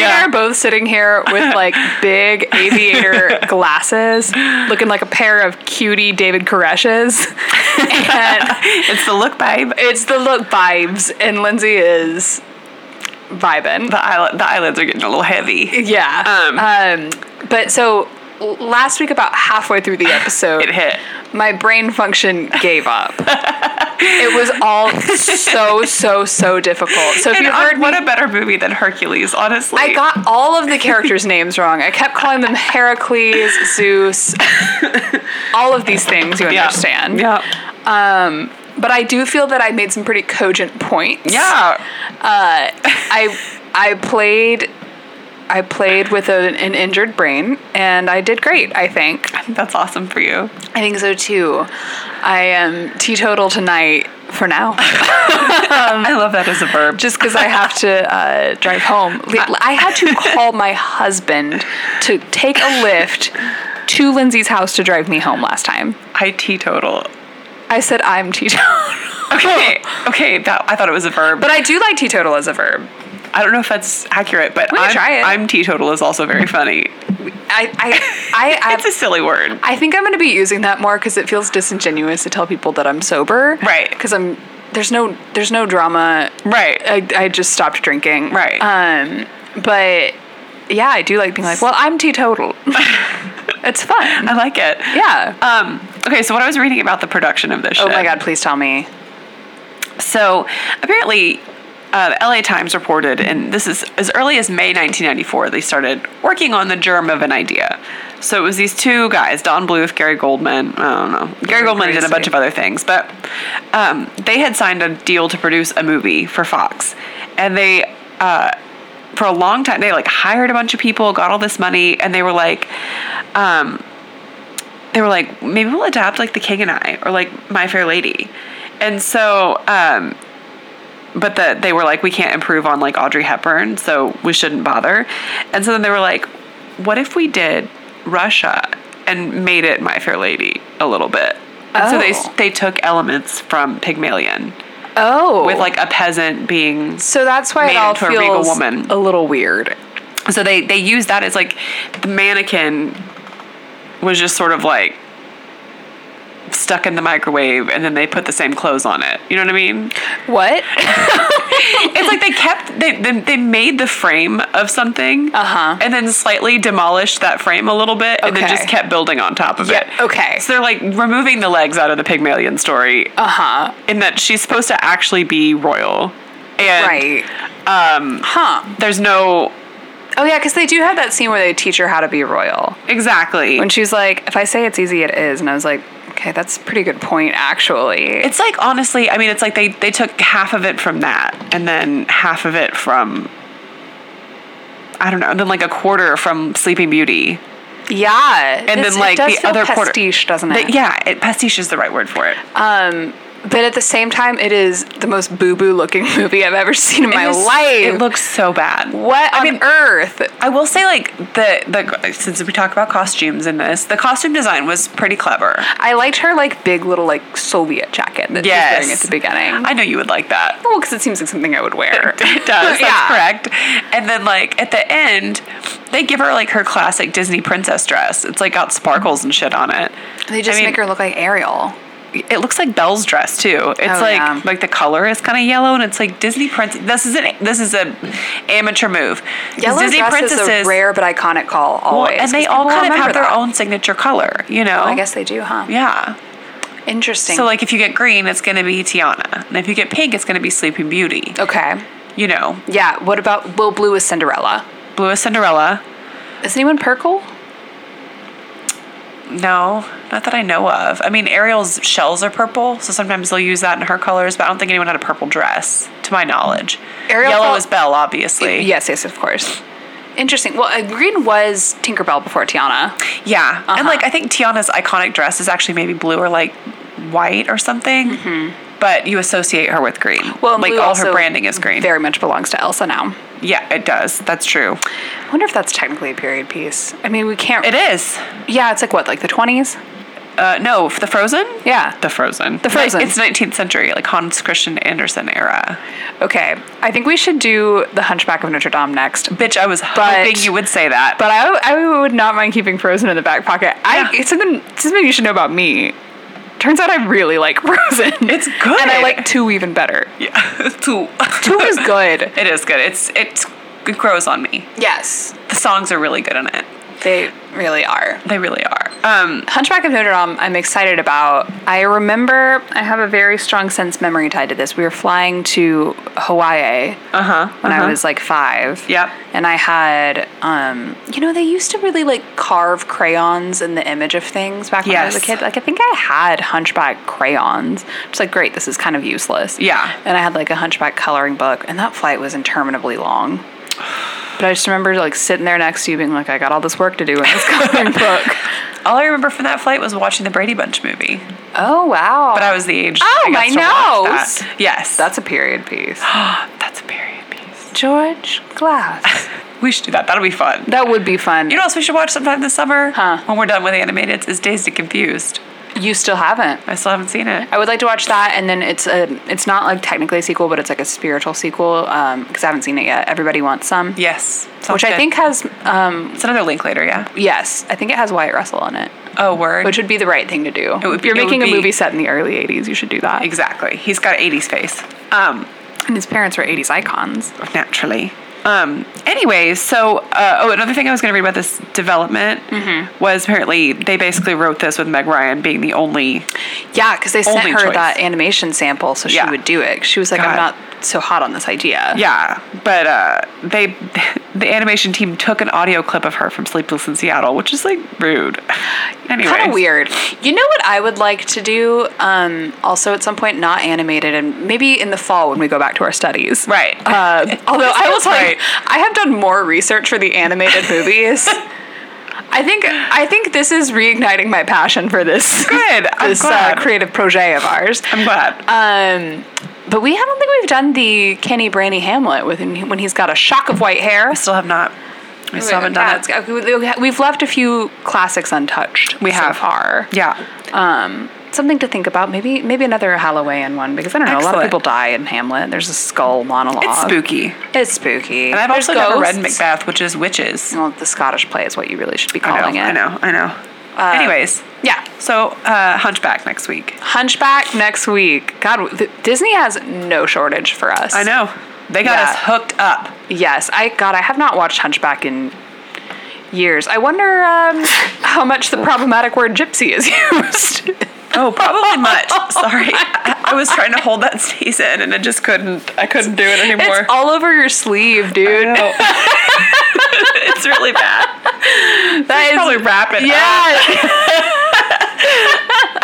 S1: Yeah.
S2: and I are both sitting here with like *laughs* big aviator glasses, looking like a pair of cutie David Koreshes. and
S1: It's the look, babe.
S2: it's the look vibes, and Lindsay is vibing.
S1: The, eyel- the eyelids are getting a little heavy.
S2: Yeah. Um, but so l- last week, about halfway
S1: *laughs*
S2: through the episode,
S1: It hit.
S2: my brain function gave up. it was all so, so, so difficult. So if
S1: And
S2: you
S1: uh,
S2: heard
S1: what
S2: me.
S1: a better movie than Hercules, honestly.
S2: I got all of the characters' names wrong. I kept calling them Heracles,
S1: *laughs*
S2: Zeus, all of these things you
S1: Yeah.
S2: understand.
S1: Yeah.
S2: But I do feel that I made some pretty cogent points.
S1: Yeah.
S2: I I played I played with a, an injured brain and I did great, I think.
S1: That's awesome for you.
S2: I think so too. I am teetotal tonight for now, *laughs*
S1: I love that as a verb.
S2: just because I have to uh, drive home. Le- I had to call my husband to take a lift to Lindsay's house to drive me home last time.
S1: I teetotal.
S2: I said I'm teetotal.
S1: Okay. Okay. That I thought it was a verb.
S2: *laughs* But
S1: But
S2: I do like teetotal as a verb.
S1: I don't know if that's accurate. But
S2: We can
S1: I'm,
S2: try it.
S1: I'm teetotal is also very funny.
S2: I, I, I,
S1: *laughs*
S2: I
S1: It's a silly word.
S2: I think I'm going to be using that more because it feels disingenuous to tell people that I'm sober.
S1: Right.
S2: Because I'm there's no there's no drama.
S1: Right.
S2: I, I just stopped drinking.
S1: Right.
S2: Um. But yeah, I do like being like, well, I'm teetotal. *laughs* it's
S1: *laughs*
S2: fun.
S1: I like it.
S2: Yeah.
S1: Um, okay, so what I was reading about the production of this show.
S2: oh my god! Please tell me.
S1: So apparently, uh, the LA Times reported, and this is as early as May 1994, they started working on the germ of an idea. So it was these two guys, Don Bluth, Gary Goldman. I don't know. Gary Goldman did a bunch of other things, but um, they had signed a deal to produce a movie for Fox, and they. Uh, for a long time, they like hired a bunch of people, got all this money, and they were like, um, they were like, maybe we'll adapt like The King and I or like My Fair Lady. And so, um, but the, they were like, we can't improve on like Audrey Hepburn, so we shouldn't bother. And so then they were like, what if we did Russia and made it My Fair Lady a little bit? And so they,
S2: Oh.
S1: they took elements from Pygmalion
S2: Oh.
S1: with like a peasant being
S2: so that's why
S1: made
S2: it all
S1: into a
S2: feels
S1: regal woman.
S2: a little weird.
S1: so they they use that as like the mannequin was just sort of like stuck in the microwave and then they put the same clothes on it you know what i mean
S2: What?
S1: it's like they kept they they, they made the frame of something
S2: Uh-huh.
S1: and then slightly demolished that frame a little bit and then
S2: Okay.
S1: just kept building on top of
S2: Yeah,
S1: it
S2: okay.
S1: so they're like removing the legs out of the pygmalion story
S2: Uh huh.
S1: in that she's supposed to actually be royal and
S2: Right. Um. Huh.
S1: there's no
S2: Oh yeah, because they do have that scene where they teach her how to be royal.
S1: exactly
S2: When she's like, "If I say it's easy, it is," and I was like, "Okay, that's a pretty good point, actually."
S1: It's like honestly, I mean, it's like they they took half of it from that, and then half of it from I don't know, and then like a quarter from Sleeping Beauty.
S2: yeah,
S1: And
S2: It's-
S1: then like
S2: it does
S1: the
S2: feel
S1: other quarter,
S2: pastiche, doesn't it?
S1: But yeah, it, pastiche is the right word for it.
S2: Um, But at the same time, it is the most boo boo looking *laughs* movie I've ever seen in my
S1: It is-
S2: life.
S1: it looks so bad.
S2: what
S1: I
S2: on
S1: mean,
S2: earth?
S1: I will say like the the since we talk about costumes in this, the costume design was pretty clever.
S2: I liked her like big little like Soviet jacket that
S1: Yes.
S2: she's wearing at the beginning.
S1: I know you would like that.
S2: well, because it seems like something I would wear.
S1: *laughs* It does. That's
S2: Yeah.
S1: correct. And then like at the end, they give her like her classic Disney princess dress. It's like got sparkles and shit on it.
S2: They just
S1: I mean,
S2: make her look like Ariel.
S1: It looks like Belle's dress too. It's
S2: Oh,
S1: like
S2: yeah.
S1: like the color is kind of yellow, and it's like Disney princess. This is an this is a amateur move. 'Cause
S2: Yellow
S1: Disney
S2: dress is
S1: princesses-
S2: a rare but iconic call
S1: well,
S2: always.
S1: and they
S2: 'cause
S1: all
S2: people
S1: kind of
S2: remember
S1: have their
S2: that.
S1: own signature color. You know.
S2: I guess they do, huh?
S1: Yeah.
S2: Interesting.
S1: So like if you get green, it's gonna be Tiana, and if you get pink, it's gonna be Sleeping Beauty.
S2: okay,
S1: You know,
S2: yeah. What about well, blue is Cinderella?
S1: blue is Cinderella.
S2: Is anyone purple?
S1: No, not that I know of. I mean, Ariel's shells are purple, so sometimes they'll use that in her colors, but I don't think anyone had a purple dress, to my knowledge.
S2: Ariel
S1: Yellow
S2: felt-
S1: is Belle, obviously.
S2: Yes, yes, of course. Interesting. Well, uh, green was Tinkerbell before Tiana.
S1: Yeah. And
S2: Uh-huh.
S1: like, I think Tiana's iconic dress is actually maybe blue or like white or something, but you associate her with green.
S2: Mm-hmm. Well,
S1: like
S2: blue
S1: all her
S2: also
S1: branding is green.
S2: Very much belongs to Elsa now.
S1: Yeah, it does. That's true.
S2: I wonder if that's technically a period piece. I mean, we can't.
S1: It is.
S2: Yeah, it's like what, like the twenties?
S1: Uh, no, the Frozen?
S2: Yeah.
S1: The Frozen. The
S2: Frozen.
S1: It's 19th century, like Hans Christian Andersen era.
S2: Okay, I think we should do the Hunchback of Notre Dame next.
S1: Bitch, I was hoping you would say that.
S2: But I, I would not mind keeping Frozen in the back pocket. I
S1: Yeah.
S2: it's something it's something you should know about me. Turns out I really like *laughs* Frozen.
S1: It's good.
S2: and I like two even better.
S1: Yeah, *laughs* two. *laughs*
S2: Two is good.
S1: It is good. It's it's it grows on me.
S2: Yes,
S1: The songs are really good in it.
S2: they really are.
S1: They really are. Um,
S2: Hunchback of Notre Dame, I'm excited about. I remember I have a very strong sense memory tied to this. We were flying to Hawaii
S1: uh huh.
S2: when I was like five.
S1: Yep.
S2: And I had, um, you know, they used to really like carve crayons in the image of things back when I was a
S1: Yes.
S2: kid. Like I think I had hunchback crayons. It's like great, this is kind of useless.
S1: Yeah.
S2: And I had like a hunchback coloring book, and that flight was interminably long. But I just remember like sitting there next to you, being like, I got all this work to do in this *laughs* coloring book.
S1: All I remember from that flight was watching the Brady Bunch movie.
S2: Oh wow!
S1: But I was the age.
S2: Oh,
S1: I to
S2: my
S1: watch
S2: nose.
S1: that. Yes,
S2: That's a period
S1: *gasps*
S2: piece.
S1: that's a period piece.
S2: George
S1: *laughs*
S2: Glass.
S1: We should do that. That'll be fun.
S2: That would be fun.
S1: you know what else we should watch sometime this summer?
S2: Huh.
S1: When we're done with animated, is Dazed and Confused.
S2: you still haven't.
S1: I still haven't seen it.
S2: I would like to watch that, and then it's a it's not like technically a sequel, but it's like a spiritual sequel because I haven't seen it yet. Everybody wants some,
S1: Yes, sounds
S2: which I
S1: good.
S2: think has um,
S1: it's another link later. Yeah.
S2: yes, I think it has Wyatt Russell in it,
S1: Oh, word.
S2: which would be the right thing to do.
S1: would be-
S2: You're
S1: it would
S2: making
S1: be-
S2: a movie set in the early '80s, you should do that.
S1: exactly. He's got '80s face. Um,
S2: And his parents were '80s icons.
S1: naturally. Um, anyways, so uh, oh, another thing I was going to read about this development
S2: Mm-hmm.
S1: was apparently they basically wrote this with Meg Ryan being the only.
S2: Yeah, because they sent
S1: Only
S2: her
S1: choice.
S2: that animation sample so she
S1: Yeah.
S2: would do it. She was like, "I'm
S1: God.
S2: not so hot on this idea."
S1: Yeah, but uh, they *laughs* the animation team took an audio clip of her from Sleepless in Seattle, which is like rude. Anyway,
S2: Kind of weird. You know what I would like to do? Um, also, at some point, not animated, and maybe in the fall when we go back to our studies.
S1: Right. *laughs*
S2: Uh, although I will
S1: Sounds
S2: tell
S1: right.
S2: you, I have done more research for
S1: *laughs*
S2: the animated movies. I think I think this is reigniting my passion for this
S1: *laughs* Good. I'm
S2: this
S1: glad.
S2: Uh, creative projet of ours.
S1: I'm glad.
S2: Um, but we I don't think we've done the Kenny Branny Hamlet with when he's got a shock of white hair.
S1: still have not. I still haven't
S2: Yeah,
S1: done
S2: it's
S1: it.
S2: got- we- We've left a few classics untouched.
S1: We
S2: so
S1: have.
S2: far.
S1: Yeah.
S2: Um, something to think about. Maybe maybe another Halloween one because I don't know. A lot
S1: Excellent.
S2: of people die in Hamlet. There's a skull monologue.
S1: It's spooky.
S2: It's spooky.
S1: And I've
S2: There's
S1: also never read
S2: ghosts.
S1: Macbeth, which is witches.
S2: Well, the Scottish play is what you really should be
S1: I
S2: calling
S1: know,
S2: it. Uh,
S1: I know, I know. Anyways,
S2: Yeah.
S1: so uh, Hunchback next week.
S2: Hunchback next week. God, th- Disney has no shortage for us.
S1: I know. They got
S2: Yeah.
S1: us hooked up.
S2: Yes, I God, I have not watched Hunchback in years. I wonder um, *laughs* how much the problematic word gypsy is *laughs* used.
S1: Oh, probably
S2: *laughs*
S1: much. Sorry. I, *laughs* I was trying to hold that sneeze in and I just couldn't. I couldn't do it anymore.
S2: it's all over your sleeve, dude.
S1: No. *laughs* it's really *laughs* bad.
S2: That is-
S1: Probably wrap it up.
S2: yeah.
S1: *laughs*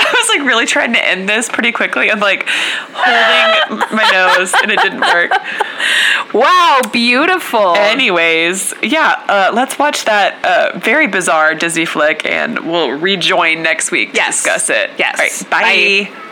S1: I was like really trying to end this pretty quickly and like holding my nose and it didn't *laughs* work.
S2: Wow, beautiful.
S1: Anyways, yeah, uh, let's watch that uh, very bizarre Disney flick and we'll rejoin next week to
S2: Yes.
S1: discuss it.
S2: Yes.
S1: All right, bye.
S2: Bye.